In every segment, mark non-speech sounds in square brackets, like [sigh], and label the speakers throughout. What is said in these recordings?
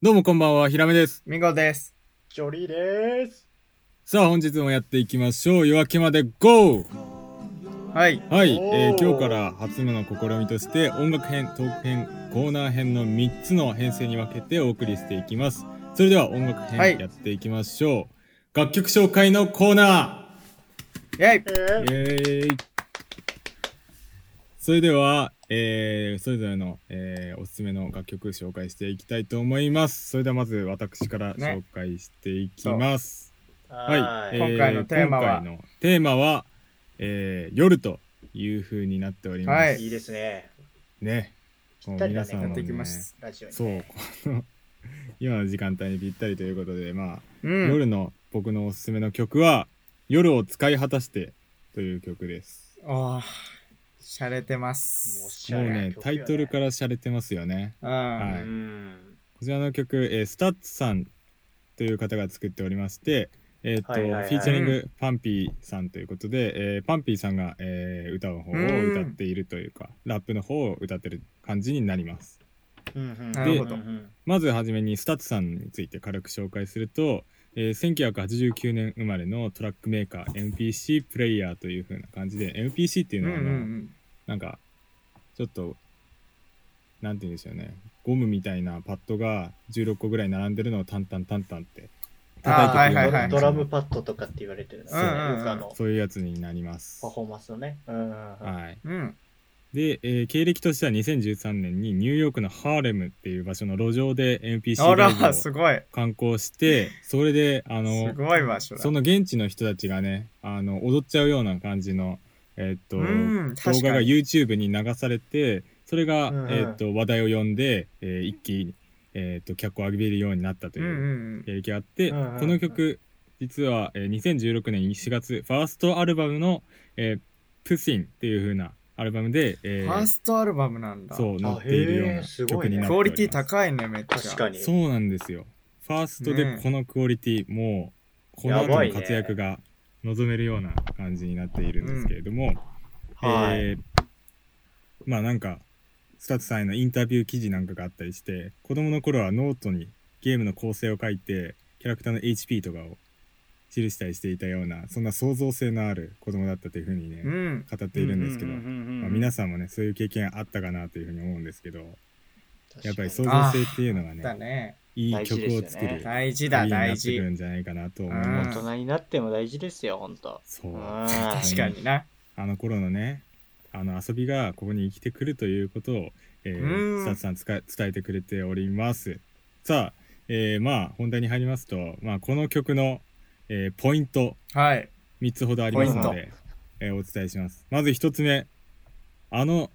Speaker 1: どうもこんばんは、ひらめです。
Speaker 2: みごです。
Speaker 3: ジョリーです。
Speaker 1: さあ、本日もやっていきましょう。夜明けまで GO!
Speaker 2: はい。
Speaker 1: はい、
Speaker 3: おー
Speaker 1: えー今日から初の試みとして、音楽編、トーク編、コーナー編の3つの編成に分けてお送りしていきます。それでは音楽
Speaker 2: は
Speaker 1: 編
Speaker 2: い
Speaker 1: やっていきましょう。楽曲紹介のコーナ
Speaker 2: イェ
Speaker 1: ーイ
Speaker 2: イ
Speaker 3: えー、
Speaker 1: ェーイそれでは、えーそれぞれの、えーおすすめの楽曲紹介していきたいと思います。それではまず私から紹介していきます。はい、
Speaker 3: ー
Speaker 2: 今回のテーマは
Speaker 1: 今回のテーマは、えー夜という風になっております。
Speaker 2: はい
Speaker 3: いいですね。
Speaker 1: ね、もう
Speaker 3: ぴったり
Speaker 1: 皆
Speaker 3: だね
Speaker 1: さんも、
Speaker 2: やっ
Speaker 1: ね、
Speaker 2: ていきます。
Speaker 3: ラジオに。
Speaker 1: そう、 [laughs] この今の時間帯にぴったりということで、まあ、
Speaker 2: うん。
Speaker 1: 夜の僕のおすすめの曲は、夜を使い果たしてという曲です。
Speaker 2: おー、しゃれてま
Speaker 3: もうお
Speaker 2: す。
Speaker 3: し
Speaker 1: も
Speaker 3: ゃ
Speaker 1: う
Speaker 3: れな
Speaker 1: ね、
Speaker 3: 曲
Speaker 1: タ
Speaker 3: よ
Speaker 1: イトルから洒落てますよね。
Speaker 2: う。
Speaker 1: は
Speaker 3: うんん。
Speaker 1: こちらの曲、えースタッツさんという方が作っておりまして、えーと
Speaker 3: はいはいはい
Speaker 1: フィーチャリングパンピーさんということで、えーパンピーさんが、えー歌の方を歌っているというか、ラップの方を歌ってる感じになります。
Speaker 3: うんうん
Speaker 2: なるほど
Speaker 3: うんうん
Speaker 1: まずはじめにスタッツさんについて軽く紹介すると、えー1989年生まれのトラックメーカー MPC プレイヤーという風な感じで MPC っていう
Speaker 2: うんう
Speaker 1: のはあの、
Speaker 2: ん
Speaker 1: なんかちょっとなんて言うんでしょうねゴムみたいなパッドが16個ぐらい並んでるのをタンタンタンタンって
Speaker 2: あー
Speaker 1: くる
Speaker 2: はいはいはい
Speaker 3: ドラムパッドとかって言われてるのね。
Speaker 1: そう
Speaker 3: よくあの、
Speaker 1: そういうやつになります
Speaker 3: パフォーマンスのね。うんうんうん。
Speaker 1: はい
Speaker 2: うん。うん。
Speaker 1: で、えー経歴としては2013年にニューヨークのハーレムっていう場所の路上で NPC
Speaker 2: あ
Speaker 1: ライブ
Speaker 2: ら、
Speaker 1: を
Speaker 2: すごい。
Speaker 1: 観光してそれであの
Speaker 2: すごい場所だ。
Speaker 1: その現地の人たちがねあの踊っちゃうような感じのえーっと
Speaker 2: うん、
Speaker 1: 動
Speaker 2: 確
Speaker 1: 画
Speaker 2: か
Speaker 1: が
Speaker 2: に。
Speaker 1: YouTube に流されてそれが、
Speaker 3: うんうん
Speaker 1: えー、と話題を呼んで、えー一気に、えー、と脚光を浴びるようになったと
Speaker 2: うんう
Speaker 1: いうん経歴があって、
Speaker 3: うんうんうん
Speaker 1: この曲実は、えー2016年4月ファーストアルバムの「えープシン」っていう風なアルバムで、
Speaker 2: う
Speaker 1: え
Speaker 2: ん。
Speaker 1: ー
Speaker 2: ファーストアルバムなんだ。
Speaker 1: そう載っているよう
Speaker 3: へ
Speaker 1: な
Speaker 3: ーすご
Speaker 1: 曲
Speaker 3: いね
Speaker 1: になって
Speaker 2: ク
Speaker 1: お
Speaker 2: オ
Speaker 1: り
Speaker 2: リ
Speaker 1: ます
Speaker 2: ティ高いね、めっちゃ。
Speaker 3: 確かに。
Speaker 1: そうなんですよファーストで
Speaker 2: ね
Speaker 1: このクオリティ、もうこの後
Speaker 3: やばい
Speaker 1: の
Speaker 3: ね
Speaker 1: 活躍が望めるような感じになっているんですけれども、
Speaker 3: はい。
Speaker 1: えーまあなんかスタッツさんへのインタビュー記事なんかがあったりして子供の頃はノートにゲームの構成を書いてキャラクターの HP とかを記したりしていたようなそんな創造性のある子供だったというふうにね、
Speaker 2: うん。
Speaker 1: 語っているんですけど、
Speaker 3: うううんうんうん
Speaker 1: まあ、皆さんもねそういう経験あったかなというふうに思うんですけどやっぱり創
Speaker 3: う。
Speaker 1: 造性っていうのがね
Speaker 2: だね。
Speaker 1: いい曲を作る
Speaker 3: 大
Speaker 2: 大事
Speaker 3: 事ですよね
Speaker 1: い
Speaker 2: だ、
Speaker 1: にな
Speaker 2: 大
Speaker 1: ってく
Speaker 2: 事
Speaker 1: る。んじゃないかなと思い
Speaker 2: うん
Speaker 1: ま
Speaker 3: 大
Speaker 1: す。
Speaker 3: 人になっても大事ですよ、ほんと。
Speaker 1: そう
Speaker 3: うん
Speaker 2: 確かにな。
Speaker 1: あの頃のねあの遊びがここに生きてくるということを、え
Speaker 2: う
Speaker 1: ー、ス
Speaker 2: ん
Speaker 1: タッフさんつか伝えてくれておりますさあ、えーまあ本題に入りますと、まあ、この曲の、えーポイント
Speaker 2: はい。
Speaker 1: 3つほどありますの
Speaker 2: ポイ
Speaker 1: で、えーお伝えしますまず1つ目あの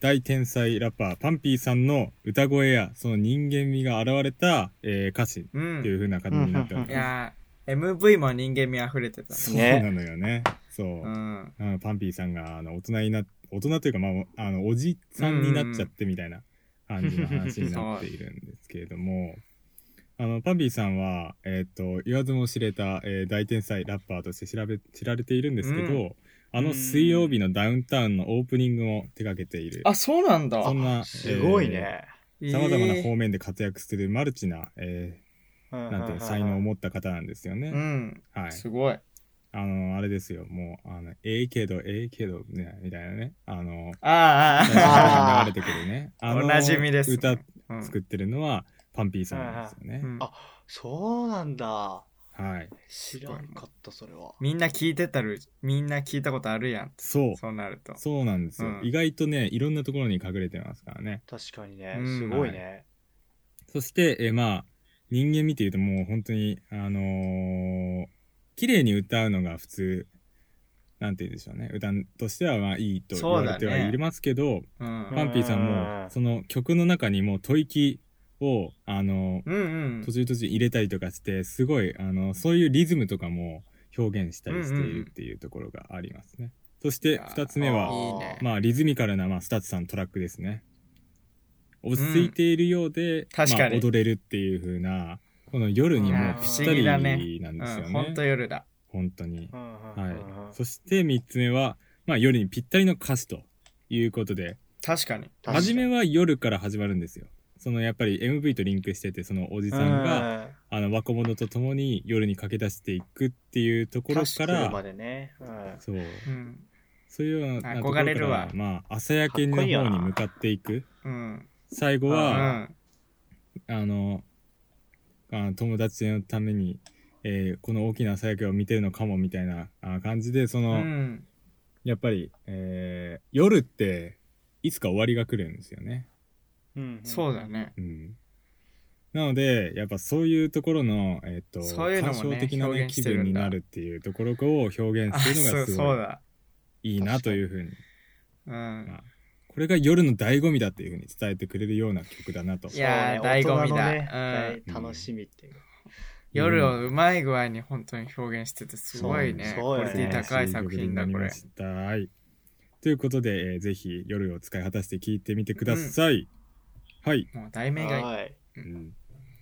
Speaker 1: 大天才ラッパーパンピーさんの歌声やその人間味が現れた、えー歌詞
Speaker 2: う
Speaker 1: ってい
Speaker 2: ん。
Speaker 1: う風な感じになっており
Speaker 2: い
Speaker 1: ます、
Speaker 2: やー、MV も人間味溢れてた。
Speaker 1: そうなのよねそう、
Speaker 2: うん。
Speaker 1: うん、パンピーさんがあの大人にな大人というか、まあ、あのおじさんになっちゃってみたいな感じの話になっているんですけれども [laughs] あのパンピーさんは、えー、と言わずも知れた、えー大天才ラッパーとして知らべ知られているんですけど、
Speaker 2: う
Speaker 1: あの水曜日のダウンタウンのオープニングも手掛けている
Speaker 2: あ、そうなんだ。
Speaker 1: そんな
Speaker 3: すごいね。
Speaker 1: さまざまな
Speaker 2: えー
Speaker 1: 方面で活躍するマルチな,、え
Speaker 3: な
Speaker 1: ーなんていうの才能を持った方なんですよね。
Speaker 2: うん。
Speaker 1: はい、
Speaker 2: すごい。
Speaker 1: あのあれですよもうあのええけどええけどねみたいなねあの
Speaker 2: あー
Speaker 1: 流
Speaker 3: あー
Speaker 1: れてくるね。
Speaker 2: あー、
Speaker 1: あの
Speaker 2: おなじみです、
Speaker 1: 歌
Speaker 2: う
Speaker 1: 作ってるのはパンピーさんなんですよね。
Speaker 2: ん
Speaker 3: あそうなんだ。
Speaker 1: はい。
Speaker 3: 知らんかった、それは。
Speaker 2: みんな聞いてたる、みんな聞いたことあるやん。
Speaker 1: そう。
Speaker 2: そうなると。
Speaker 1: そうなんですよ、
Speaker 2: うん
Speaker 1: 意外とね、いろんなところに隠れてますからね。
Speaker 3: 確かにね
Speaker 2: う、ん
Speaker 3: すごいね。
Speaker 1: そして、えーまあ、人間見て言うともう本当に、あのー綺麗に歌うのが普通、なんて言うんでしょうね。歌としてはまあいいと言われては
Speaker 2: そうだね
Speaker 1: いますけど、
Speaker 2: うん。
Speaker 3: うん
Speaker 1: パンピーさんも、その曲の中にもう吐息を、あのー
Speaker 2: うんうん
Speaker 1: 途。中途中入れたりとかしてすごいあのそういうリズムとかも表現したりしているっていうところがありますね。そして2つ目
Speaker 3: あ
Speaker 1: は
Speaker 3: ー
Speaker 2: いいね。
Speaker 1: まあリズミカルな、まあ、スタッツさんのトラックですね。落ち着いているようで、
Speaker 2: 確か
Speaker 1: ま
Speaker 2: に
Speaker 1: あ、踊れるっていう風なこの夜にもぴったり
Speaker 2: い
Speaker 1: な
Speaker 2: やー不思
Speaker 1: ん
Speaker 2: 議
Speaker 1: ですよ
Speaker 2: うん、
Speaker 1: ね。
Speaker 2: ほんと夜だ。
Speaker 1: 本当に
Speaker 3: う。んうん
Speaker 1: は
Speaker 3: う
Speaker 1: い
Speaker 3: んうん。
Speaker 1: そして3つ目は、まあ、夜にぴったりの歌詞ということで
Speaker 2: 確かに。
Speaker 3: 確かに
Speaker 1: 初めは夜から始まるんですよ。そのやっぱり MV とリンクしててそのおじさんが、あの若者と共に夜に駆け出していくっていうところか
Speaker 3: 確
Speaker 1: ら
Speaker 3: にまでね、うん
Speaker 1: そう
Speaker 2: うん。
Speaker 1: そういうような
Speaker 2: 憧れるわ
Speaker 1: ところからまあ朝焼けの
Speaker 3: かっこいいよ
Speaker 1: 方
Speaker 3: な
Speaker 1: に向かっていく
Speaker 2: うん。
Speaker 1: 最後
Speaker 2: う
Speaker 1: は
Speaker 2: ん。
Speaker 1: あのあ友達のために、えーこの大きな朝焼けを見てるのかもみたいなあ感じでそうの、
Speaker 2: ん。
Speaker 1: やっぱり、えー夜っていつか終わりが来るんですよね。
Speaker 3: うん
Speaker 2: そうだね。
Speaker 1: うん、なのでやっぱそういうところの、えー、と
Speaker 2: そういうの
Speaker 1: 感
Speaker 2: もね
Speaker 1: 傷的な、
Speaker 2: 表
Speaker 1: ね、
Speaker 2: 現
Speaker 1: 気
Speaker 2: してる
Speaker 1: 分
Speaker 2: ん
Speaker 1: に
Speaker 2: だ
Speaker 1: なるっていうところを表現
Speaker 2: あ、
Speaker 1: するの
Speaker 2: そ
Speaker 1: が
Speaker 2: う、
Speaker 1: す
Speaker 2: そ
Speaker 1: ご
Speaker 2: う
Speaker 1: い
Speaker 2: だ。
Speaker 1: いいなというふうに
Speaker 2: う
Speaker 1: ま
Speaker 2: ん。
Speaker 1: あこれが夜の醍醐味だっていうふうに伝えてくれるような曲だなと
Speaker 2: い。やー
Speaker 3: そうね
Speaker 2: 醍醐味だ
Speaker 3: 大人のね
Speaker 1: うん
Speaker 3: 楽しみっていうか
Speaker 2: 夜をうまい具合に本当に表現してて、すごいね。ク
Speaker 3: そう
Speaker 2: オ
Speaker 3: そうよ
Speaker 2: リ
Speaker 3: ね
Speaker 2: ティ高い作品だ、これ。
Speaker 1: たはい。ということで、えーぜひ夜を使い果たして聴いてみてください。はい。
Speaker 2: もう題名がいい。
Speaker 3: はい
Speaker 1: うん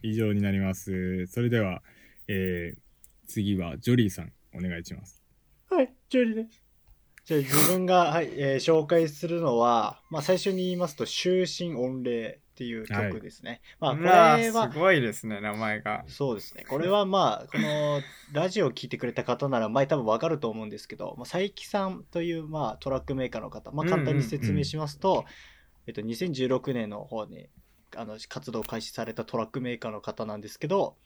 Speaker 1: 以上になります。それでは、えー次はジョリーさん、お願いします。
Speaker 3: はい、ジョリーです。じゃあ自分 [laughs] が、はいえー紹介するのは、まあ、最初に言いますと「終身御礼」っていう曲ですね。
Speaker 2: う
Speaker 3: まあ
Speaker 2: わ
Speaker 3: これ
Speaker 2: ー
Speaker 3: は
Speaker 2: すごいですね、名前が。
Speaker 3: そうですね。これはまあ、このラジオを聴いてくれた方なら前多分わかると思うんですけど、まあ、佐伯さんというまあトラックメーカーの方、まあ、簡単に説明しますと、えっと、2016年の方にあの活動開始されたトラックメーカーの方なんですけど、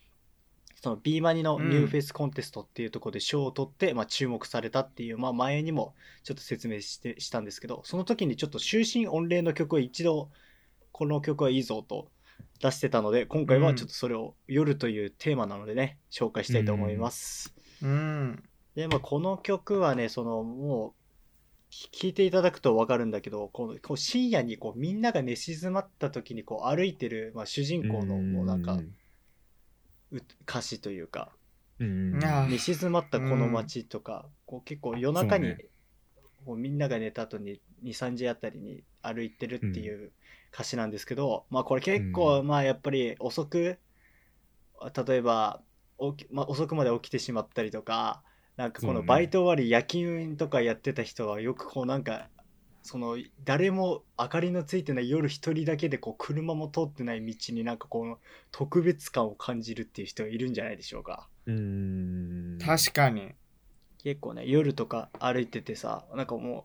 Speaker 3: その B マニのニューフェイスコンテストっていうところで賞を取って、まあ、注目されたっていう、まあ、前にもちょっと説明してしたんですけどその時にちょっと終身御礼の曲を一度この曲はいいぞと出してたので今回はちょっとそれを「夜」というテーマなのでね紹介したいと思います、
Speaker 2: うん。
Speaker 3: で、まあ、この曲はねそのもう聴いていただくと分かるんだけどこのこう深夜にこうみんなが寝静まった時にこう歩いてる、まあ、主人公のもうなんかう歌詞というか
Speaker 1: うん、
Speaker 2: いやー
Speaker 3: 寝静まったこの街とか、こう結構夜中に、
Speaker 1: そうね
Speaker 3: こうみんなが寝た後に23時あたりに歩いてるっていう歌詞なんですけど、まあこれ結構、
Speaker 1: う
Speaker 3: まあやっぱり遅く例えば起き、まあ、遅くまで起きてしまったりとかなんかこ
Speaker 1: そう
Speaker 3: の
Speaker 1: ね
Speaker 3: バイト終わり夜勤とかやってた人はよくこうなんかその誰も明かりのついてない夜一人だけでこう車も通ってない道になんかこの特別感を感じるっていう人いるんじゃないでしょうか。
Speaker 1: うん、
Speaker 2: 確かに。
Speaker 3: 結構ね夜とか歩いててさなんかもう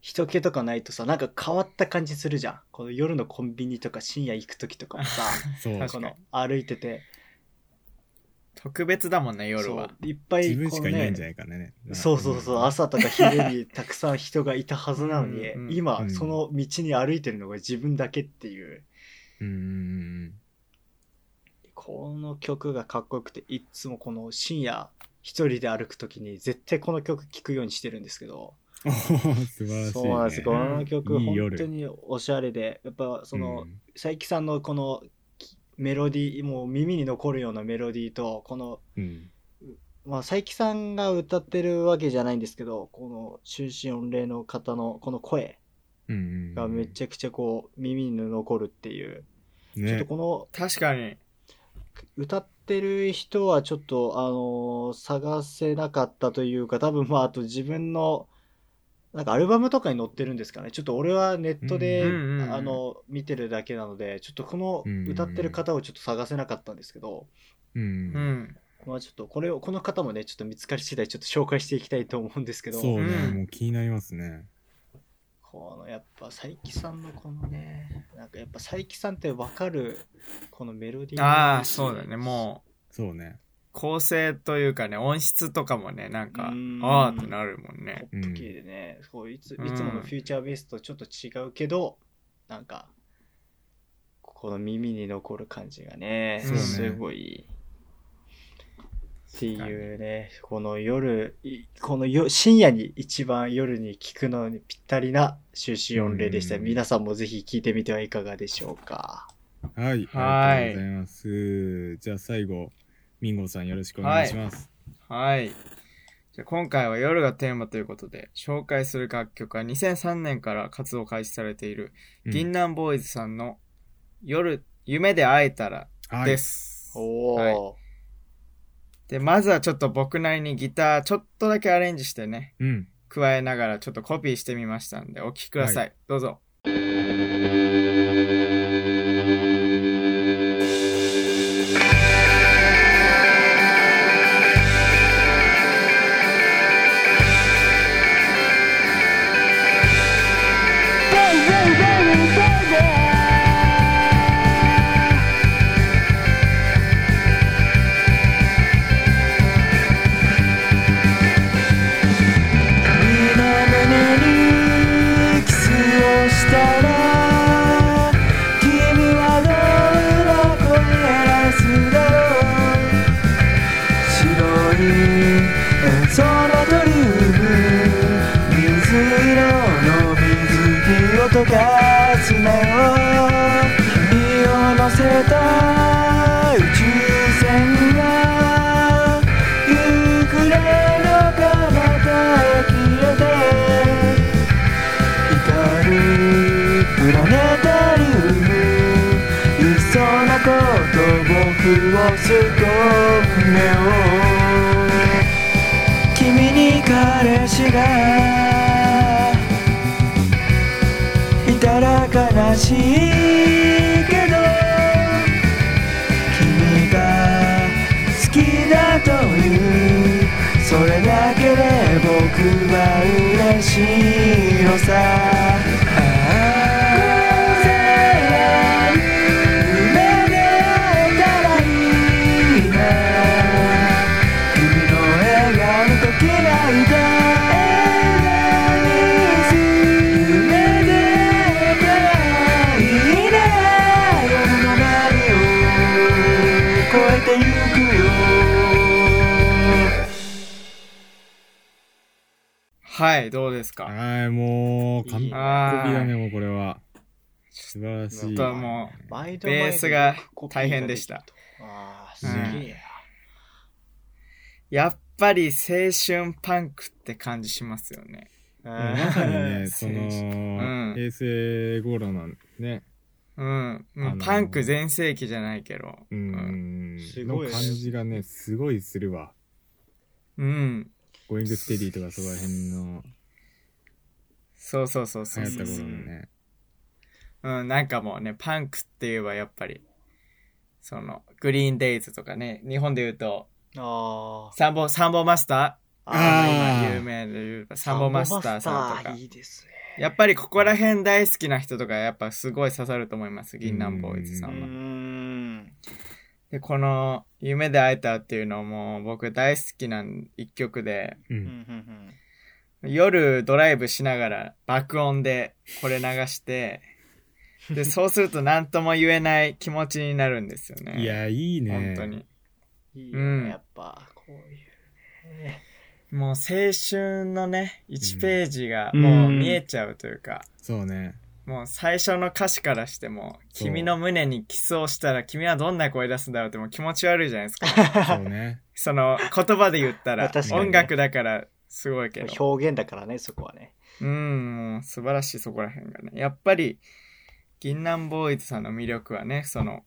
Speaker 3: 人気とかないとさなんか変わった感じするじゃんこの夜のコンビニとか深夜行く時とかもさ
Speaker 1: そう
Speaker 2: [laughs] 確か
Speaker 3: こ
Speaker 2: に
Speaker 3: の歩いてて
Speaker 2: 特別だもんね、夜は
Speaker 3: そ。ういっぱい
Speaker 1: 自分しかいないんじゃ
Speaker 3: ない
Speaker 1: ないかね。
Speaker 3: そうそうそう、
Speaker 1: ん
Speaker 3: 朝とか昼にたくさん人がいたはずなのに
Speaker 2: うんうん
Speaker 3: 今、
Speaker 1: うん
Speaker 3: その道に歩いてるのが自分だけっていう
Speaker 1: うん
Speaker 3: この曲がかっこよくていっつもこの深夜一人で歩く時に絶対この曲聴くようにしてるんですけど、
Speaker 1: おー素晴らしい、ね。
Speaker 3: そうなんですこの曲
Speaker 1: いい
Speaker 3: 本
Speaker 1: 夜
Speaker 3: 当におしゃれでやっぱその、
Speaker 1: うん
Speaker 3: 佐伯さんのこのきメロディーもう耳に残るようなメロディーとこの、
Speaker 1: うん
Speaker 3: まあ、佐伯さんが歌ってるわけじゃないんですけどこの終身御礼の方のこの声
Speaker 1: うん、
Speaker 3: がめちゃくちゃこう耳に残るっていう、
Speaker 1: ゃ、
Speaker 3: ちょっと
Speaker 1: ね、
Speaker 3: この
Speaker 2: 確かに。
Speaker 3: 歌ってる人はちょっと、あのー探せなかったというか多分まああと自分のなんかアルバムとかに載ってるんですかねちょっと俺はネットで、
Speaker 1: うん
Speaker 2: うんうん
Speaker 3: あの見てるだけなのでちょっとこの
Speaker 1: うんうん
Speaker 3: 歌ってる方をちょっと探せなかったんですけど、
Speaker 1: うん
Speaker 2: うん。
Speaker 3: まあちょっとこれをこの方もねちょっと見つかり次第ちょっと紹介していきたいと思うんですけど
Speaker 1: そうね、
Speaker 2: うん
Speaker 1: もう気になりますね。
Speaker 3: このやっぱ佐伯さんのこのねなんかやっぱ佐伯さんってわかるこのメロディー
Speaker 2: ああ、そうだね。もう、
Speaker 1: そうね。
Speaker 2: 構成というかね、音質とかもね、なんか
Speaker 3: う、ん
Speaker 2: ああってなるもんね。
Speaker 3: ポップ系でね、そういつい
Speaker 2: うん
Speaker 3: つものフューチャーベースとちょっと違うけど、なんかこの耳に残る感じがね
Speaker 2: そうね
Speaker 3: すごい。っていうねこの夜いこのよ深夜に一番夜に聞くのにぴったりな終始音礼でした、
Speaker 1: うん
Speaker 3: 皆さんもぜひ聞いてみてはいかがでしょうか
Speaker 1: はい。
Speaker 2: はい
Speaker 1: ありがとうございます。じゃあ最後、ミンゴさんよろしくお願いします。
Speaker 2: はい。じゃあ今回は夜がテーマということで、紹介する楽曲は2003年から活動開始されている、
Speaker 1: うん
Speaker 2: 銀杏ボーイズさんの夜、夢で会えたら
Speaker 1: はい
Speaker 2: です。
Speaker 3: おお、
Speaker 2: はいで、まずはちょっと僕なりにギターちょっとだけアレンジしてね、
Speaker 1: うん。
Speaker 2: 加えながらちょっとコピーしてみましたんで、お聴きください。
Speaker 1: は
Speaker 2: どうぞ。
Speaker 3: 「
Speaker 4: かす目を君を乗せた宇宙船が夕暮れの彼方へ消えて光るプラネタリウムいっそのこと僕をすこんでを君に彼氏がいたら悲しいけど君が好きだというそれだけで僕は嬉しいのさ偶然夢で会えたらいいな君の笑顔ときらいが映画にする夢で会えたらいいな夜の波を越えてゆくよ
Speaker 2: はい、どうですか
Speaker 1: はい、もう、完璧だね、
Speaker 2: は
Speaker 1: もうこれは。素晴らしい。
Speaker 2: ちょっともう、
Speaker 3: 毎度
Speaker 2: ベースが大変でした。
Speaker 3: ああ、すげえ。
Speaker 2: やっぱり青春パンクって感じしますよね。
Speaker 3: う
Speaker 1: うんまさにね、
Speaker 2: [laughs] ん
Speaker 1: その、
Speaker 2: うん
Speaker 1: 平成頃なんね、
Speaker 2: うん。もう
Speaker 1: あのー
Speaker 2: パンク全盛期じゃないけど。
Speaker 1: う。ん、
Speaker 3: す
Speaker 1: の
Speaker 3: ごい
Speaker 1: 感じがね、すごいするわ。
Speaker 2: うん。
Speaker 1: ゴーイングステディとかそこら辺の
Speaker 2: そうそうそうそ
Speaker 1: 流
Speaker 2: う
Speaker 1: 行っ
Speaker 2: そ
Speaker 1: た
Speaker 2: う
Speaker 1: 頃のね。
Speaker 2: うん、なんかもうね、パンクって言えばやっぱり、その、グリーンデイズとかね、日本で言うと、
Speaker 3: [laughs] あ
Speaker 2: サンボ、サンボマスター
Speaker 1: あー
Speaker 2: 今有名で言うサンボマスターさんとか。
Speaker 3: いいですね。
Speaker 2: やっぱりここら辺大好きな人とかやっぱすごい刺さると思います、銀杏ボーイズさ
Speaker 3: うん
Speaker 2: は。
Speaker 3: ん。
Speaker 2: で、この、夢で会えたっていうのも僕大好きな一曲で、
Speaker 1: う。
Speaker 3: うんうんん
Speaker 2: 夜ドライブしながら爆音でこれ流して、
Speaker 1: [laughs]
Speaker 2: で、そうすると何とも言えない気持ちになるんですよね。
Speaker 1: いや、いいね
Speaker 2: 本。当に。
Speaker 3: うん。いい
Speaker 2: うん
Speaker 3: ね、やっぱ、こういうね。
Speaker 2: もう青春のね、1ページが
Speaker 3: うん
Speaker 2: もう見えちゃうというか、
Speaker 1: そう
Speaker 2: [laughs]
Speaker 1: ね。
Speaker 2: もう最初の歌詞からしても、
Speaker 1: そう
Speaker 2: 君の胸にキスをしたら君はどんな声出すんだろうってもう気持ち悪いじゃないですか。
Speaker 1: そうね。
Speaker 2: その言葉で言った
Speaker 1: [laughs]
Speaker 3: まあ
Speaker 2: ら、
Speaker 3: 確
Speaker 1: かにね
Speaker 2: 音楽だからすごいけど。
Speaker 3: 表現だからね、そこはね。
Speaker 2: うん、もう素晴らしいそこら辺がね。やっぱり、銀杏ボーイズさんの魅力はね、その、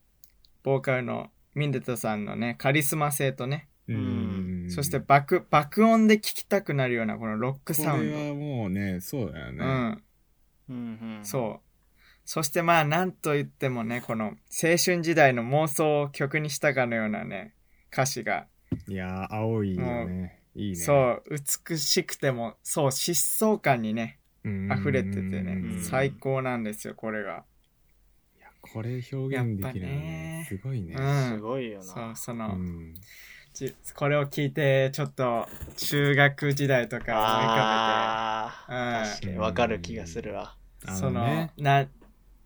Speaker 2: ボーカルのミンデトさんのね、カリスマ性とね、
Speaker 1: うん。
Speaker 2: そして爆、爆音で聴きたくなるようなこのロック
Speaker 1: こ
Speaker 2: サウ
Speaker 1: れ
Speaker 2: ンド。
Speaker 1: はもうね、そうだよ
Speaker 2: う
Speaker 1: ね。
Speaker 2: ん、
Speaker 3: うんうん。
Speaker 2: そう。そしてまあ、なんと言ってもね、この青春時代の妄想を曲にしたかのようなね、歌詞が、
Speaker 1: いやー、青いよね。いいね。
Speaker 2: そう、美しくても、そう、疾走感にね、
Speaker 1: うん。
Speaker 2: 溢れててね
Speaker 3: う、ん
Speaker 2: 最高なんですよ、これが。
Speaker 1: いやこれ表現できるのねすごいね。
Speaker 2: うん
Speaker 3: すごいよ
Speaker 2: そう、
Speaker 3: な。
Speaker 2: そうの、
Speaker 1: ん。
Speaker 2: じこれを聞いて、ちょっと、中学時代とか
Speaker 3: あ
Speaker 2: 思い浮かべ
Speaker 3: あ、
Speaker 2: て
Speaker 3: 確かにわかる気がするわ。
Speaker 2: 思い浮かべて、そ
Speaker 1: あ
Speaker 2: の
Speaker 1: ね、
Speaker 2: な、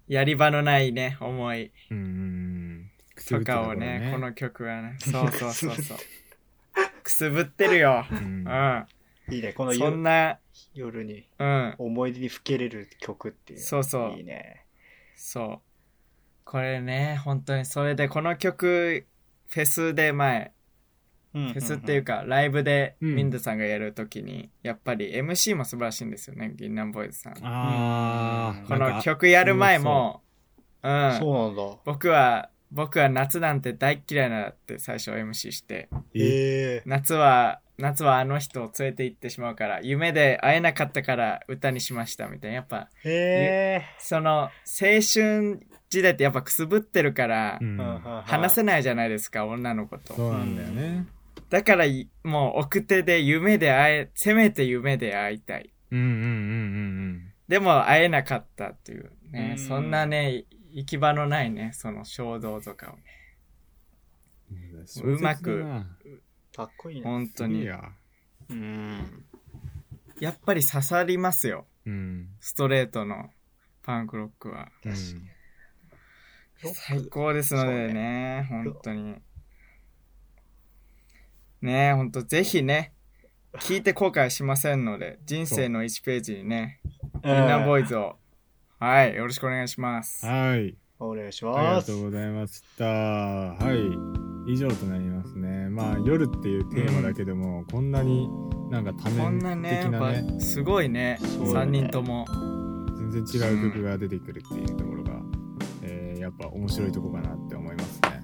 Speaker 2: やり場のないね、思い
Speaker 1: うん。くすぶっ
Speaker 2: と
Speaker 1: てた
Speaker 2: かを
Speaker 1: 頃
Speaker 2: ね、この曲はね、そうそうそうそう。くすぶってるよ。
Speaker 1: う
Speaker 2: うんん。
Speaker 3: いいね、この
Speaker 2: そん
Speaker 3: 夜
Speaker 2: な、
Speaker 3: 夜に
Speaker 2: うん、
Speaker 3: 思い出にふけれる曲っていうの。
Speaker 2: そうそう
Speaker 3: いいね。
Speaker 2: そう。これね、本当に、それで、この曲、フェスで前、
Speaker 3: フ
Speaker 2: フェスっていうか、ライブで、
Speaker 1: うん
Speaker 2: ミンドさんがやるときに、やっぱり MC も素晴らしいんですよね、銀杏ボーイズさん。
Speaker 1: あー
Speaker 2: こ
Speaker 1: なん
Speaker 2: の
Speaker 1: か
Speaker 2: 曲やる前も、うん、
Speaker 3: そうなんだ。
Speaker 2: 僕は、僕は夏なんて大っ嫌いなんだって最初 MC して、
Speaker 1: え
Speaker 3: ええ。
Speaker 2: 夏は、夏はあの人を連れて行ってしまうから、夢で会えなかったから歌にしましたみたいな、やっぱ、
Speaker 3: へえ。
Speaker 2: その、青春時代ってやっぱくすぶってるから
Speaker 1: う、ん
Speaker 2: 話せ
Speaker 3: ない。
Speaker 2: ないじゃないですか、女の子
Speaker 1: そ
Speaker 2: と。
Speaker 1: うなんだよね。
Speaker 2: だからい、もう奥手で夢で会え、せめて夢で会いたい。
Speaker 1: うんうんうん
Speaker 2: でも会えなかったっていうね、
Speaker 3: うん
Speaker 2: そんなね、行き場のないね、その衝動とかをね。
Speaker 1: うんうん。
Speaker 2: うまく
Speaker 3: かっこいいね。
Speaker 2: 本
Speaker 1: い
Speaker 2: 当
Speaker 1: い
Speaker 2: に。
Speaker 1: や。
Speaker 3: うん。
Speaker 2: やっぱり刺さりますよ。
Speaker 1: うん。
Speaker 2: ストレートのパンクロックは。
Speaker 1: うん
Speaker 3: 確かにロック
Speaker 2: 最高ですのでね、本当に。ねえ、本当ぜひね、聞いて後悔しませんので、人生の1ページにね、みんなボーイズをはい、よろしくお願いします。
Speaker 1: はい。
Speaker 3: お願いし
Speaker 1: あり
Speaker 3: ま
Speaker 1: が
Speaker 3: す
Speaker 1: とうございました。はい。以上となりますね。まあ、夜っていうテーマだけでも、こんなになんか多
Speaker 2: こん
Speaker 1: 面的
Speaker 2: な
Speaker 1: な
Speaker 2: ね、やっ
Speaker 1: ね、
Speaker 2: ぱすごいね、
Speaker 3: そうだ
Speaker 2: 3
Speaker 3: ね
Speaker 2: 人とも。
Speaker 1: 全然違う曲が出てくるっていうところが、えーやっぱ面白いとこかなって思いますね。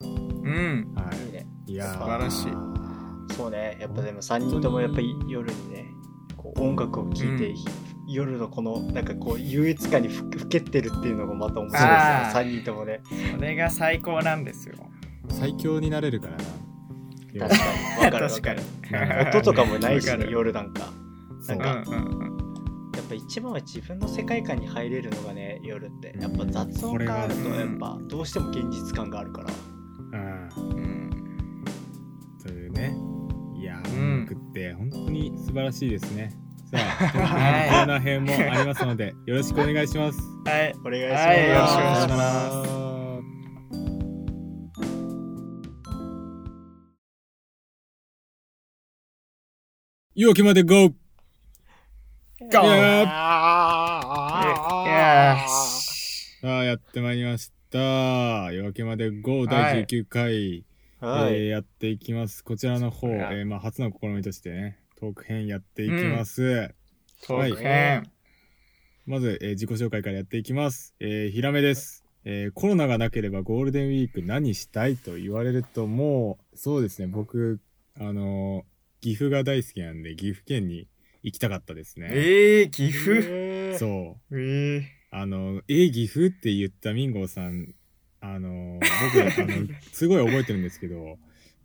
Speaker 2: うん、
Speaker 1: はい
Speaker 3: いね
Speaker 1: い。いやー
Speaker 3: 素
Speaker 2: 素晴らしい。
Speaker 3: そうねやっぱでも3人ともやっぱり夜にねこう音楽を聴いて、
Speaker 2: うん
Speaker 3: 夜のこのなんかこう優越感にふふけってるっていうのがまた面白い
Speaker 2: あー
Speaker 3: ですね3人ともね
Speaker 2: それが最高なんですよ。
Speaker 1: 最強になれるからな。
Speaker 3: 確かにわかるわ
Speaker 2: 確か
Speaker 3: かる
Speaker 2: に。
Speaker 1: なんか
Speaker 3: 音とかもないし
Speaker 2: わか
Speaker 3: ね
Speaker 2: る
Speaker 3: 夜なんか
Speaker 1: そう
Speaker 3: なん
Speaker 2: う
Speaker 3: か
Speaker 2: んうんうん。
Speaker 3: やっぱ一番は自分の世界観に入れるのがね夜ってやっぱ雑音があると
Speaker 2: これは
Speaker 3: やっぱどうしても現実感があるから
Speaker 1: うん
Speaker 2: うん
Speaker 1: というねいやー、
Speaker 2: うん
Speaker 1: 音楽って本当に素晴らしいですねさあコ
Speaker 2: [laughs] はい
Speaker 1: ーナー編もありますのでよろしくお願いします
Speaker 2: はい。
Speaker 3: お願いします、
Speaker 2: はいよろしくお願いします
Speaker 1: す陽気まで GO!
Speaker 2: ゴ
Speaker 1: い
Speaker 2: ー
Speaker 1: や
Speaker 2: い
Speaker 3: あ
Speaker 2: や
Speaker 3: ー
Speaker 1: さあやってまいりました夜明けまで GO!
Speaker 2: は
Speaker 1: 第
Speaker 2: い
Speaker 1: 19回、
Speaker 3: は
Speaker 1: えー
Speaker 3: い、
Speaker 1: やっていきますこちらの方、
Speaker 2: そりゃ
Speaker 1: えーまあ、初の試みとしてねトーク編やっていきます、
Speaker 2: トーク編。
Speaker 1: まず、えー自己紹介からやっていきます。えー、ひらめです、えーコロナがなければゴールデンウィーク何したいと言われると、もう、そうですね、僕、あのー岐阜が大好きなんで、岐阜県に行きたかったですね。
Speaker 2: えー、岐阜
Speaker 3: え
Speaker 1: そうう。
Speaker 2: えー、
Speaker 1: あのー、えー岐阜って言ったミンゴーさん、あのー僕、あ
Speaker 2: [laughs]
Speaker 1: の、すごい覚えてるんですけど、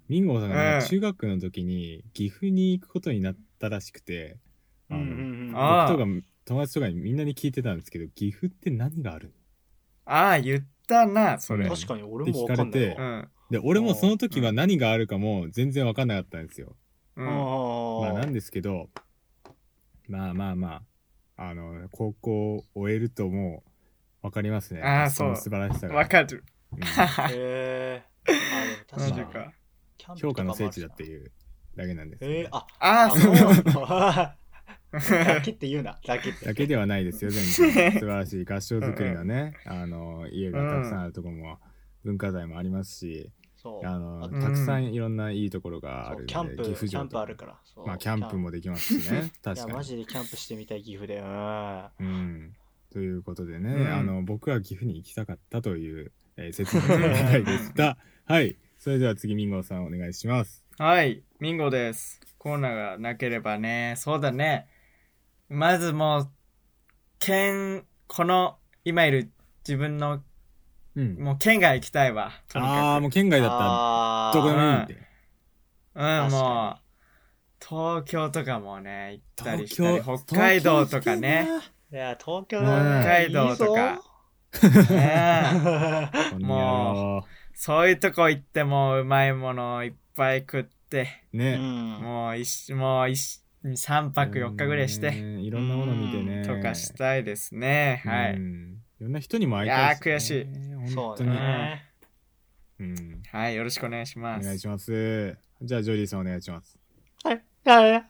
Speaker 1: ミンゴーさんがなんか中学の時に岐阜に行くことになったらしくて、あの、
Speaker 3: ん
Speaker 2: あー
Speaker 1: 僕とか友達とかにみんなに聞いてたんですけど岐阜って何がある
Speaker 2: ああ、言ったな、そ
Speaker 1: う
Speaker 2: れ。
Speaker 1: ん
Speaker 3: 確かに俺もわかん
Speaker 1: っ
Speaker 3: ない
Speaker 1: て聞
Speaker 3: わ
Speaker 1: かれ
Speaker 2: う
Speaker 1: てで
Speaker 2: ん。
Speaker 1: 俺もその時は何があるかも全然分かんなかったんですよ、
Speaker 2: う
Speaker 3: あ
Speaker 2: ん。
Speaker 1: まあ
Speaker 3: ー
Speaker 1: なんですけどまあまあまああの高校を終えるともう分かりますね
Speaker 2: あー
Speaker 1: の
Speaker 2: そう
Speaker 1: 素晴らしさが
Speaker 2: わかる。
Speaker 1: うん
Speaker 3: えー、あでも確か
Speaker 2: マ
Speaker 3: に
Speaker 2: ジか。
Speaker 3: キャンプ
Speaker 1: 評
Speaker 3: と
Speaker 1: 価
Speaker 3: か
Speaker 1: の
Speaker 3: もあるしな
Speaker 1: 聖地だっていうだけなんですよね、
Speaker 3: えー、あ
Speaker 2: ああ、
Speaker 3: あ
Speaker 2: そう。
Speaker 3: そうだけって言うなだけって
Speaker 1: だけではないです
Speaker 3: [laughs]
Speaker 1: よ全然素晴らしい合唱作りのねあの家がたくさんあるとこも文化財もありますし、
Speaker 3: そう
Speaker 1: あ
Speaker 3: あ
Speaker 1: の
Speaker 3: と
Speaker 2: うん
Speaker 1: たくさんいろんないいところがある
Speaker 3: そうん
Speaker 1: で
Speaker 3: キャン
Speaker 1: 岐
Speaker 3: プ
Speaker 1: 阜
Speaker 3: キャ
Speaker 1: 城と
Speaker 3: ンプ
Speaker 1: か
Speaker 3: あるからそう
Speaker 1: まあキャンプもできますしね
Speaker 3: い
Speaker 1: 確
Speaker 3: や
Speaker 1: か
Speaker 3: マ
Speaker 1: に、
Speaker 3: ジでキャンプしてみたい岐阜でうん
Speaker 1: うん、ということでね、
Speaker 2: うん
Speaker 1: あの僕は岐阜に行きたかったという、えー説明の願いでした
Speaker 3: [laughs]
Speaker 1: はいそれでは次ミンゴーさんお願いします
Speaker 2: [laughs] はい、ミンゴです。コーナーがなければね、そうだね。まずもう、県、この、今いる自分の、
Speaker 1: うん
Speaker 2: もう県外行きたいわ。とに
Speaker 1: ああ
Speaker 2: か
Speaker 1: もう県外だった
Speaker 3: あ
Speaker 1: ら
Speaker 3: ー
Speaker 1: どこでもいいって
Speaker 2: く。うん、
Speaker 3: 確
Speaker 2: もう
Speaker 3: か、
Speaker 2: 東京とかもね、行ったり
Speaker 1: 東
Speaker 2: したり、
Speaker 1: 京
Speaker 2: 北海道とかね。
Speaker 3: いや東京
Speaker 1: うん
Speaker 3: の
Speaker 1: 北
Speaker 2: 海道とか
Speaker 3: いいぞ
Speaker 1: 東京
Speaker 2: ね
Speaker 1: 行きてえな
Speaker 2: もそういうとこ行ってもうまいものいっぱい食って、
Speaker 1: この野郎ね
Speaker 3: うん
Speaker 2: もう一、もう一、3泊4日ぐらいして、
Speaker 1: ねいろんなもの見てね
Speaker 2: とかしたいですね。はい。
Speaker 1: うんいろんな人にも会いたいですね、
Speaker 2: い
Speaker 1: 悔
Speaker 3: そ
Speaker 1: 本当
Speaker 3: う
Speaker 1: に
Speaker 3: ね
Speaker 1: うん
Speaker 2: はい、よろしくお願いしま
Speaker 1: お
Speaker 2: す。
Speaker 1: 願いします。じゃあ、ジョリーさんお願いします。
Speaker 3: はいはい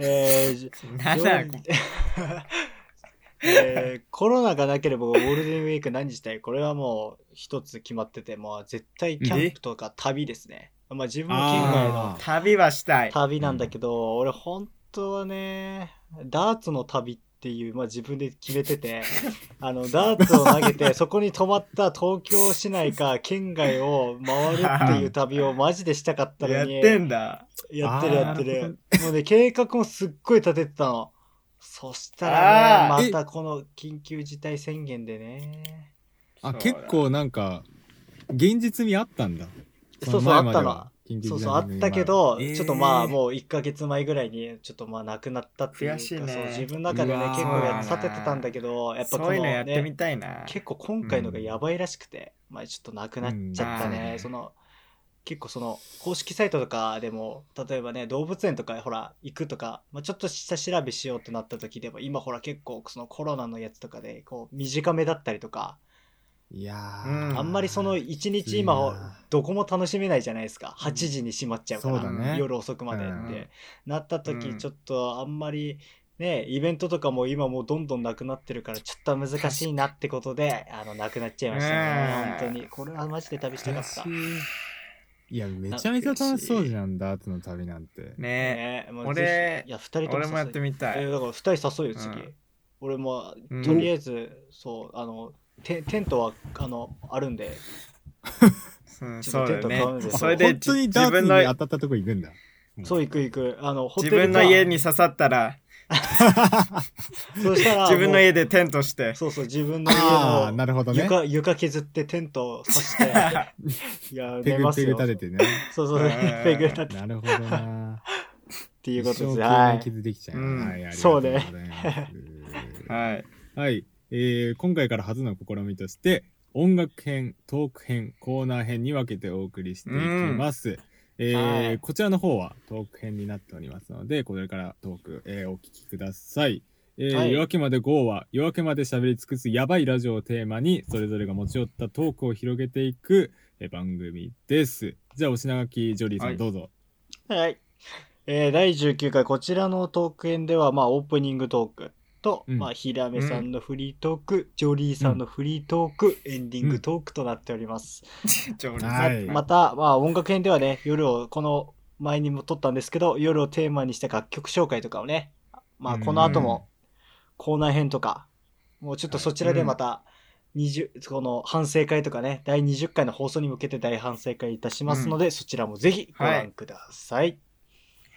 Speaker 3: えーじ
Speaker 2: なんだこれ
Speaker 3: [laughs] えーコロナがなければゴールデンウィーク何したいこれはもう一つ決まっててもう絶対キャンプとか旅ですね、まあ、自分も県外の
Speaker 1: あ
Speaker 2: 旅はしたい。
Speaker 3: 旅なんだけど、俺本当はねダーツの旅っていう、まあ、自分で決め
Speaker 2: [laughs]
Speaker 3: ててあのダーツを投げてそこに泊まった東京市内か県外を回るっていう旅をマジでしたかった
Speaker 2: や
Speaker 3: の
Speaker 2: っ
Speaker 3: に
Speaker 2: てんだ。
Speaker 3: やってる
Speaker 1: あー
Speaker 3: やって
Speaker 1: なる
Speaker 3: る。もうね、計画もすっごい立ててたの。そしたら
Speaker 1: ー
Speaker 2: あ
Speaker 3: ね、またこの緊急事態宣言でね。
Speaker 1: あ、
Speaker 2: そうだ
Speaker 1: 結構なんか、現実味あったんだ。
Speaker 3: そうそう、あったの。
Speaker 1: の
Speaker 3: そうそう、あったけ、ど、
Speaker 1: えー
Speaker 3: ちょっとまあ、もう1ヶ月前ぐらいに、ちょっとまあ、なくなったっていうか、
Speaker 2: 悔しいね
Speaker 3: そう自分の中で
Speaker 1: う
Speaker 3: ね
Speaker 1: わー、
Speaker 3: 結構やっぱ立ててたんだけど、やっぱこ
Speaker 2: そ
Speaker 3: の
Speaker 2: ういうのやってみ
Speaker 3: ね、
Speaker 2: たいな。
Speaker 3: 結構今回のがやばいらしくて、まあ、ちょっとなくなっちゃった
Speaker 2: う
Speaker 3: ね
Speaker 2: ん。
Speaker 3: その、結構その、公式サイトとかでも、例えばね、動物園とか、ほら、行くとか、まあ、ちょっと下調べしようってなった時でも、今ほら、結構そのコロナのやつとかで、こう、短めだったりとか、
Speaker 1: いや
Speaker 2: う
Speaker 1: ー
Speaker 3: あんまりその一日今をどこも楽しめないじゃないですか8時に閉まっちゃうか
Speaker 1: そ
Speaker 3: ら、
Speaker 1: うだね
Speaker 3: 夜遅くまでって、
Speaker 1: うん
Speaker 3: なった時
Speaker 2: うん
Speaker 3: ちょっとあんまりね、イベントとかも今もうどんどんなくなってるからちょっと難しいなってことであのなくなっちゃいました
Speaker 2: う
Speaker 3: ね
Speaker 2: ん
Speaker 3: 本当にこれはマジで旅したかった、
Speaker 1: いや、めちゃめちゃ楽しそうじゃん、ダーツの旅なんて。
Speaker 2: ね
Speaker 3: ね、もう
Speaker 2: 俺
Speaker 3: ぜひいや2人とも
Speaker 2: 俺もやって
Speaker 3: み
Speaker 2: みた
Speaker 3: え
Speaker 2: い
Speaker 3: ーだから2人誘うよ次、
Speaker 2: うん
Speaker 3: 俺も
Speaker 2: うん
Speaker 3: とりあえず、そうあのテテントはあのあるんで
Speaker 2: うん
Speaker 3: ちょ
Speaker 2: そ
Speaker 3: っ
Speaker 2: うだ
Speaker 3: とテン
Speaker 2: よ
Speaker 3: ト買うん
Speaker 2: ね
Speaker 3: ですよ
Speaker 2: それで
Speaker 1: 本当に
Speaker 2: 自
Speaker 1: ダーツ
Speaker 2: 分
Speaker 1: に
Speaker 2: の
Speaker 1: 当たったとこ行くんだ。
Speaker 3: そう行く行くあのホテ
Speaker 2: 自
Speaker 3: ルか
Speaker 2: 分の家に刺さったら
Speaker 3: そうしたら
Speaker 2: 自分の
Speaker 3: も
Speaker 2: 家でテントして
Speaker 3: [laughs] うそうそう自分の
Speaker 1: あ
Speaker 3: 家
Speaker 1: あ、
Speaker 3: の
Speaker 1: なるほどね。
Speaker 3: 床床削ってテントを刺して
Speaker 2: [laughs]
Speaker 3: いや
Speaker 1: ペ
Speaker 3: 寝
Speaker 1: グ
Speaker 3: ます
Speaker 1: ペグ
Speaker 3: よ
Speaker 1: 立ててね。
Speaker 3: そうそうそ
Speaker 2: う
Speaker 3: う
Speaker 2: ん
Speaker 3: ペグ立て
Speaker 1: なるほどな。
Speaker 3: って [laughs] いう
Speaker 1: 一
Speaker 3: こと
Speaker 1: 生
Speaker 3: です
Speaker 1: 懸
Speaker 3: は
Speaker 1: 命
Speaker 3: い
Speaker 1: 傷できちゃう。
Speaker 2: うん
Speaker 1: はい、ありがとうございます [laughs]
Speaker 3: そ。
Speaker 2: はい [laughs]
Speaker 1: はい、えー今回から初の試みとして音楽編トーク編コーナー編に分けてお送りしていきます、えー
Speaker 3: はい
Speaker 1: こちらの方はトーク編になっておりますのでこれからトーク、えーお聞きください、えー
Speaker 3: はい
Speaker 1: 夜明けまで GO は夜明けまで喋り尽くすやばいラジオをテーマにそれぞれが持ち寄ったトークを広げていく、えー番組ですじゃあお品書きジョリーさん、
Speaker 2: はい
Speaker 1: どうぞ
Speaker 3: はい。えー第19回、こちらのトーク編では、まあ、オープニングトークと、
Speaker 1: うん
Speaker 3: まあ、ヒラメさんのフリートーク、ジョリーさんのフリートーク、エンディングトークとなっております。
Speaker 2: 上手
Speaker 1: はい
Speaker 3: また、まあ、音楽編ではね、夜を、この前にも撮ったんですけど、夜をテーマにした楽曲紹介とかをね、まあ、この後もコーナー編とか、もうちょっとそちらでまた、20この反省会とかね、第20回の放送に向けて大反省会いたしますので、そちらもぜひご覧ください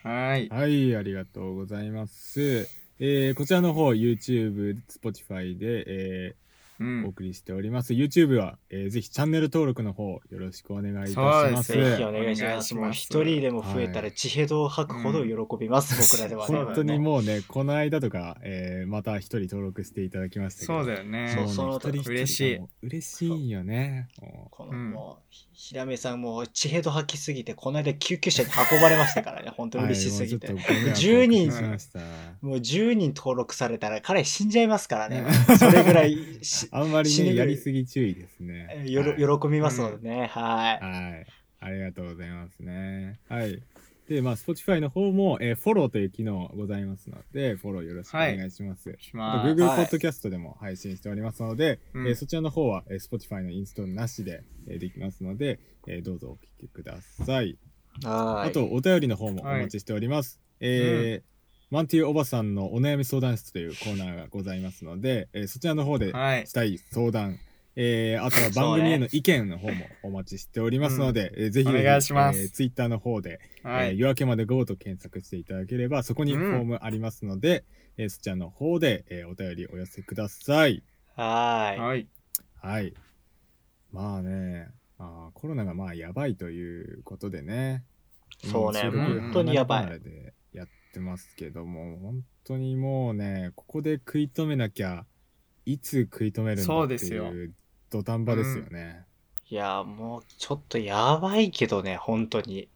Speaker 2: はい
Speaker 1: はい、ありがとうございます。えーこちらの方、YouTube、Spotify で、え
Speaker 2: う
Speaker 1: ーお
Speaker 2: ん
Speaker 1: 送りしております。YouTube は、えーぜひチャンネル登録の方、よろしくお願いいたしま
Speaker 2: そ
Speaker 1: す。
Speaker 2: うで
Speaker 3: ぜ
Speaker 2: す
Speaker 3: ひ
Speaker 2: よ
Speaker 3: お願いし
Speaker 2: お願
Speaker 3: ま
Speaker 2: いし
Speaker 3: す。
Speaker 2: ます
Speaker 3: もう一人でも増えたら地平道を吐くほど喜びます、僕らではね。
Speaker 2: そうだ
Speaker 1: 本当にもうね、この間とか、えーまた一人登録していただきましたけど。
Speaker 2: そうだよね
Speaker 3: そうそ
Speaker 1: も
Speaker 3: の
Speaker 1: うね一人一人
Speaker 2: 嬉しい
Speaker 1: がもう嬉しいよね。も
Speaker 3: この、
Speaker 2: うん
Speaker 3: もう、ひらめさんも地平道吐きすぎて、この間救急車に運ばれましたからね、本
Speaker 1: う
Speaker 3: 当に嬉しすぎて。
Speaker 1: はいもうちょっとご迷惑を
Speaker 3: 10
Speaker 1: お
Speaker 3: 人
Speaker 1: かけしま
Speaker 3: [laughs]
Speaker 1: した。
Speaker 3: もう10人登録されたら彼死んじゃいますからね。それぐらいし
Speaker 1: あんまり
Speaker 3: 死ぬよ
Speaker 1: ね、
Speaker 3: り
Speaker 1: やりすぎ注意ですね。
Speaker 3: よ
Speaker 1: はい
Speaker 3: ろ喜びますのでね、はい。
Speaker 1: はい。ありがとうございますね。はい。で、まあ、Spotify の方も、えーフォローという機能ございますので、フォローよろしくお願いします。
Speaker 2: し
Speaker 1: あ
Speaker 2: ま
Speaker 1: と
Speaker 2: す
Speaker 1: Google
Speaker 3: はい
Speaker 1: Podcast でも配信しておりますので、
Speaker 2: うん
Speaker 1: えーそちらの方は、えー Spotify のインストールなしで、えーできますので、えーどうぞお聞きください。
Speaker 3: はい。
Speaker 1: あと、お便りの方もお待ちしております。えーマンティーおばさんのお悩み相談室というコーナーがございますので、えーそちらの方で
Speaker 2: はい
Speaker 1: したい相談、えーあとは番組への意見の方もお待ちしておりますので、えーぜひぜ
Speaker 2: お願いします
Speaker 1: ツイッター Twitter の方で、
Speaker 2: は
Speaker 1: えー
Speaker 2: い
Speaker 1: 夜明けまで GO と検索していただければ、そこに
Speaker 2: うん
Speaker 1: フォームありますので、えーそちらの方で、えーお便りお寄せください。
Speaker 3: は
Speaker 2: はい
Speaker 1: はい。まあね、あーコロナがまあやばいということでね。
Speaker 3: い。そうね、
Speaker 1: 収録
Speaker 3: 本当にやば
Speaker 1: 離れ
Speaker 3: い。
Speaker 1: 離れでやってますけども、本当にもうね、ここで食い止めなきゃ、いつ食い止めるんだ
Speaker 2: そう
Speaker 1: って
Speaker 2: ですよ
Speaker 1: いう土壇場ですよね。
Speaker 3: いや、もうちょっとやばいけどね、本当に。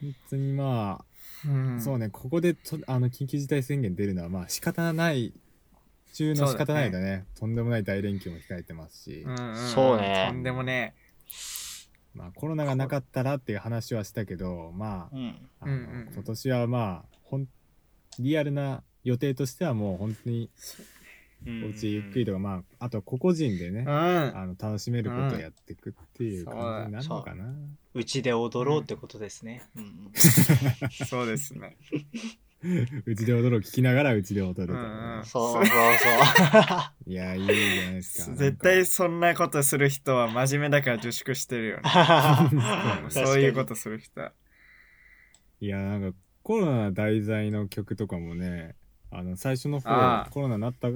Speaker 1: 本当にま
Speaker 2: うん
Speaker 1: あ、そうね、ここでとあの緊急事態宣言出るのは、まあ仕方ない、中の仕方ないだねとんでもない大連休も控えてますし、
Speaker 2: うんうん
Speaker 3: そうね
Speaker 2: とんでもね
Speaker 1: まあコロナがなかったらっていう話はしたけど、まあ
Speaker 3: う、ん。
Speaker 1: あの
Speaker 2: うんうんうん
Speaker 1: 今年はまあほんリアルな予定としてはもう本当にお家ゆっくりとか、まああと個々人でね、
Speaker 2: うん
Speaker 1: あの楽しめることをやっていくっていう
Speaker 2: うん
Speaker 1: 感じになるのかな、
Speaker 3: うちで踊ろうってことですね。うん
Speaker 2: そうですね
Speaker 1: うちで踊ろう聞きながらうちで踊るとかね、
Speaker 2: うんうん
Speaker 3: そうそう [laughs] そう。
Speaker 1: いやいいじゃないですか
Speaker 2: 絶対そんなことする人は真面目だから自粛してるよねうんそういうことする人は。
Speaker 1: いやなんかコロナ題材の曲とかもねあの最初の
Speaker 2: あ
Speaker 1: 方
Speaker 2: あ
Speaker 1: コロナなった